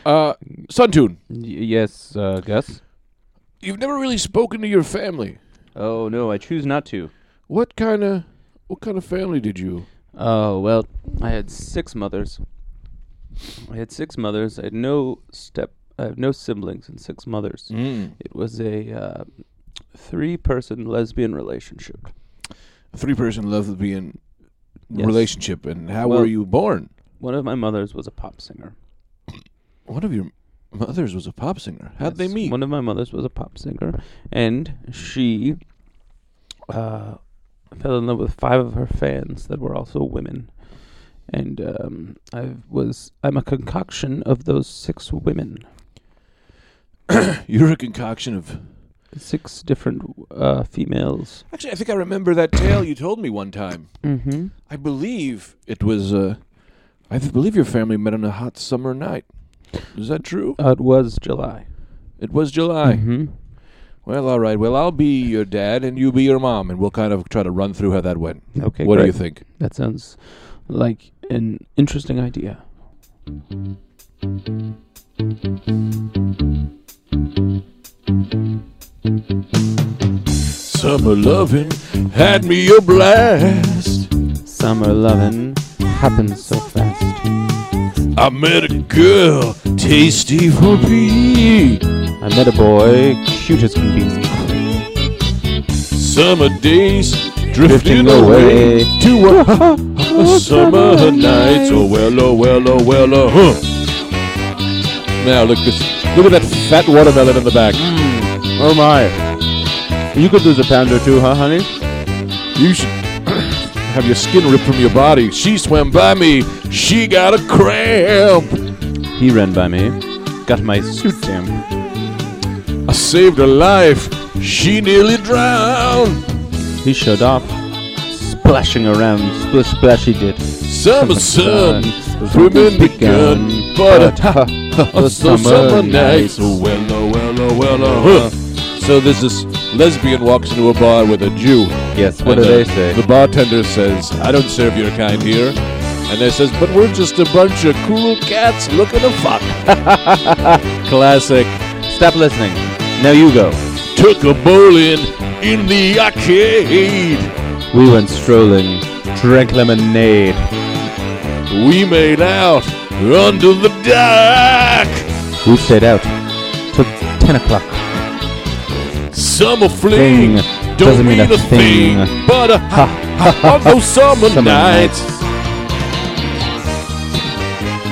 [SPEAKER 2] uh Suntune,
[SPEAKER 1] Y- yes, uh, Gus.
[SPEAKER 2] you've never really spoken to your family.
[SPEAKER 1] Oh no, I choose not to.
[SPEAKER 2] What kind of what kind of family did you?
[SPEAKER 1] Oh well, I had six mothers. I had six mothers. I had no step. I have no siblings and six mothers.
[SPEAKER 2] Mm.
[SPEAKER 1] It was a uh, three-person lesbian relationship.
[SPEAKER 2] three person lesbian
[SPEAKER 1] Yes.
[SPEAKER 2] relationship and how
[SPEAKER 1] Well-
[SPEAKER 2] were you born?
[SPEAKER 1] One of my mothers was a pop singer.
[SPEAKER 2] One of your mothers was a pop singer. How'd they
[SPEAKER 1] Yes,
[SPEAKER 2] meet?
[SPEAKER 1] One of my mothers was a pop singer, and she uh, fell in love with five of her fans that were also women. And um, I was I'm a concoction of those six women.
[SPEAKER 2] You're a concoction of
[SPEAKER 1] six different uh, females.
[SPEAKER 2] Actually I think I remember that tale you told me one time.
[SPEAKER 1] Mm-hmm.
[SPEAKER 2] I believe it was uh I th- believe your family met on a hot summer night. Is that true?
[SPEAKER 1] Uh, it was July.
[SPEAKER 2] It was July.
[SPEAKER 1] Mm-hmm.
[SPEAKER 2] Well, all right. Well, I'll be your dad and you be your mom, and we'll kind of try to run through how that went.
[SPEAKER 1] Okay,
[SPEAKER 2] what do you
[SPEAKER 1] great.
[SPEAKER 2] think?
[SPEAKER 1] That sounds like an interesting idea.
[SPEAKER 2] Summer loving had me a blast.
[SPEAKER 1] Summer loving happens so fast.
[SPEAKER 2] I met a girl, tasty for pee.
[SPEAKER 1] I met a boy, cute as can be.
[SPEAKER 2] Summer days
[SPEAKER 1] Drifting
[SPEAKER 2] drifting
[SPEAKER 1] away.
[SPEAKER 2] away to a, a summer night. Oh well, oh well, oh well, oh. Huh. Now look this. Look at that fat watermelon in the back.
[SPEAKER 1] Oh my! You could lose a pound or two, huh, honey?
[SPEAKER 2] You should have your skin ripped from your body. She swam by me. She got a cramp.
[SPEAKER 1] He ran by me, got my suit down.
[SPEAKER 2] I saved her life. She nearly drowned.
[SPEAKER 1] He showed off, splashing around. Splish splash he did.
[SPEAKER 2] Summer sun,
[SPEAKER 1] Summer's
[SPEAKER 2] swimming
[SPEAKER 1] begun,
[SPEAKER 2] begun, but
[SPEAKER 1] ha,
[SPEAKER 2] a so summer night. Oh well, oh well, oh well, oh. huh. So there's this lesbian walks into a bar with a Jew.
[SPEAKER 1] Yes, what do
[SPEAKER 2] And
[SPEAKER 1] they
[SPEAKER 2] the-
[SPEAKER 1] say?
[SPEAKER 2] The bartender says, I don't serve your kind here. And they says, but we're just a bunch of cool cats looking to fuck. Classic.
[SPEAKER 1] Stop listening. Now you go.
[SPEAKER 2] Took a bowling in the arcade.
[SPEAKER 1] We went strolling, drank lemonade.
[SPEAKER 2] We made out under the dock.
[SPEAKER 1] We stayed out till 10 o'clock.
[SPEAKER 2] Summer
[SPEAKER 1] Thing
[SPEAKER 2] fling. Don't
[SPEAKER 1] doesn't mean a
[SPEAKER 2] thing,
[SPEAKER 1] thing.
[SPEAKER 2] but a ha ha of those summer,
[SPEAKER 1] Summer
[SPEAKER 2] nights.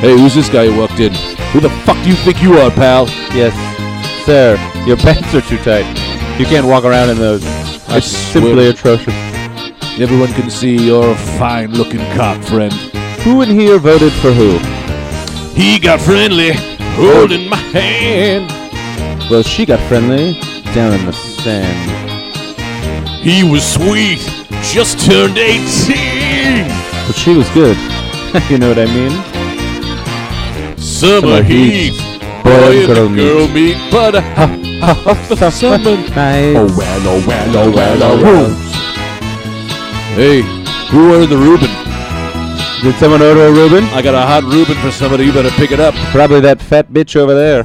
[SPEAKER 2] Hey, who's this guy who walked in? Who the fuck do you think you are, pal?
[SPEAKER 1] Yes, sir, your pants are too tight. You can't walk around in those.
[SPEAKER 2] I
[SPEAKER 1] It's simply
[SPEAKER 2] swear.
[SPEAKER 1] atrocious.
[SPEAKER 2] Everyone can see you're a fine looking cop, friend.
[SPEAKER 1] Who in here voted for who?
[SPEAKER 2] He got friendly, holding my hand.
[SPEAKER 1] Well, she got friendly down in the sand.
[SPEAKER 2] He was sweet, just turned 18.
[SPEAKER 1] But she was good. you know what I mean?
[SPEAKER 2] Summer,
[SPEAKER 1] Summer
[SPEAKER 2] heat,
[SPEAKER 1] heat,
[SPEAKER 2] boy and
[SPEAKER 1] girl
[SPEAKER 2] the girl meet, but a ha ha summer.
[SPEAKER 1] Nice.
[SPEAKER 2] Oh well, oh well, oh well, oh well. Hey, who ordered the Reuben?
[SPEAKER 1] Did someone order a Reuben?
[SPEAKER 2] I got a hot Reuben for somebody. You better pick it up.
[SPEAKER 1] Probably that fat bitch over there.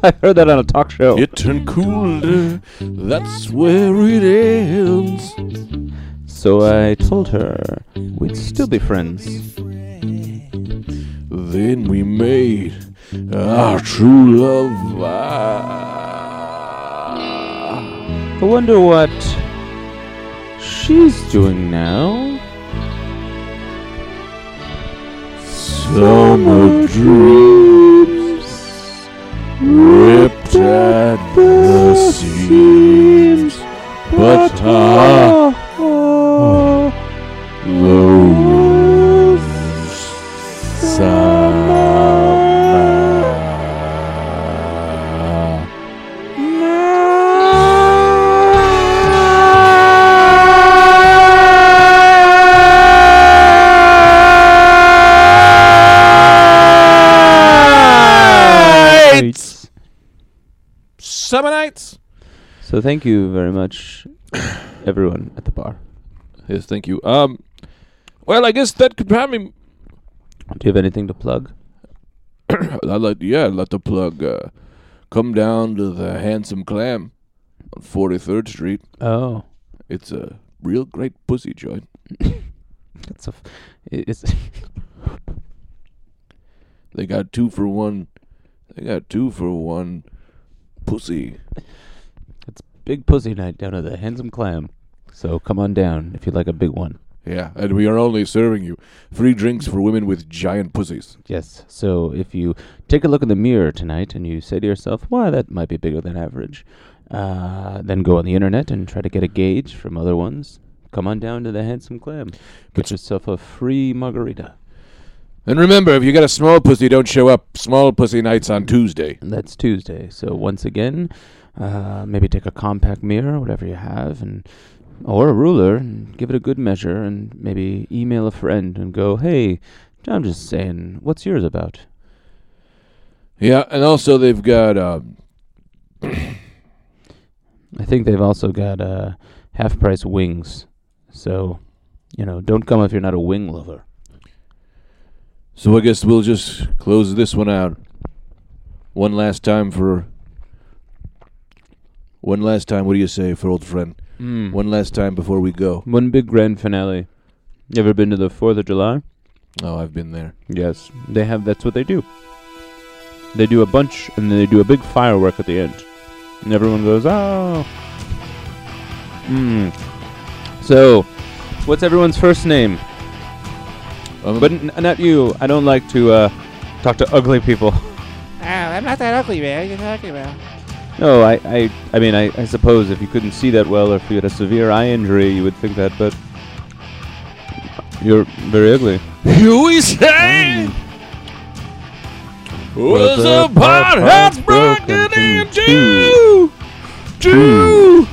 [SPEAKER 1] I heard that on a talk show.
[SPEAKER 2] It turned cooler. That's where it ends.
[SPEAKER 1] So I told her we'd still be friends.
[SPEAKER 2] Then we made our true love vow.
[SPEAKER 1] I wonder what she's doing now.
[SPEAKER 2] Summer dreams ripped at the seams, but ah, the summer. Summer nights.
[SPEAKER 1] So thank you very much, everyone at the bar.
[SPEAKER 2] Yes, thank you. Um, well, I guess that could probably.
[SPEAKER 1] Do you have anything to plug?
[SPEAKER 2] I'd like, yeah, I'd like to plug. Uh, come down to the Handsome Clam on Forty Third Street.
[SPEAKER 1] Oh,
[SPEAKER 2] It's a real great pussy joint.
[SPEAKER 1] that's a. F- i- it's
[SPEAKER 2] They got two for one. They got two for one pussy.
[SPEAKER 1] big pussy night down at the Handsome Clam. So come on down if you'd like a big one.
[SPEAKER 2] Yeah, and we are only serving you free drinks for women with giant pussies.
[SPEAKER 1] Yes. So if you take a look in the mirror tonight and you say to yourself, "Why that might be bigger than average," uh, then go on the internet and try to get a gauge from other ones. Come on down to the Handsome Clam. Get
[SPEAKER 2] But-
[SPEAKER 1] yourself a free margarita.
[SPEAKER 2] And remember, if you got a small pussy, don't show up. Small pussy nights on Tuesday.
[SPEAKER 1] And that's Tuesday. So once again, uh, maybe take a compact mirror, whatever you have, and or a ruler, and give it a good measure, and maybe email a friend and go, "Hey, I'm just saying, what's yours about?"
[SPEAKER 2] Yeah, and also they've got um,
[SPEAKER 1] I think they've also got uh, half price wings. So, you know, don't come if you're not a wing lover.
[SPEAKER 2] So I guess we'll just close this one out. One last time for. One last time, what do you say for old friend? One last time before we go.
[SPEAKER 1] One big grand finale. You ever been to the 4th of July?
[SPEAKER 2] Oh, I've been there.
[SPEAKER 1] Yes. They have, that's what they do. They do a bunch and then they do a big firework at the end. And everyone goes, oh. Mm. So, what's everyone's first name?
[SPEAKER 2] Um,
[SPEAKER 1] But n- not you. I don't like to uh, talk to ugly people.
[SPEAKER 3] Oh, I'm not that ugly, man. You're talking about.
[SPEAKER 1] No, I, I, I mean, I, I suppose if you couldn't see that well, or if you had a severe eye injury, you would think that. But you're very ugly.
[SPEAKER 2] you we say was
[SPEAKER 1] Well,
[SPEAKER 2] a
[SPEAKER 1] the
[SPEAKER 2] pot
[SPEAKER 1] pot
[SPEAKER 2] that's
[SPEAKER 1] has
[SPEAKER 2] broken
[SPEAKER 1] broken
[SPEAKER 2] in
[SPEAKER 1] in
[SPEAKER 2] two, two,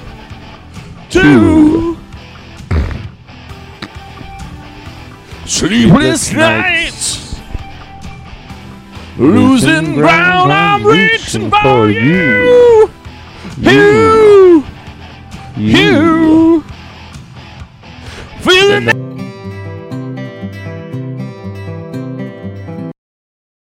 [SPEAKER 2] two, Sleepless nights. Losing ground, I'm reaching for you. You. You. Feeling.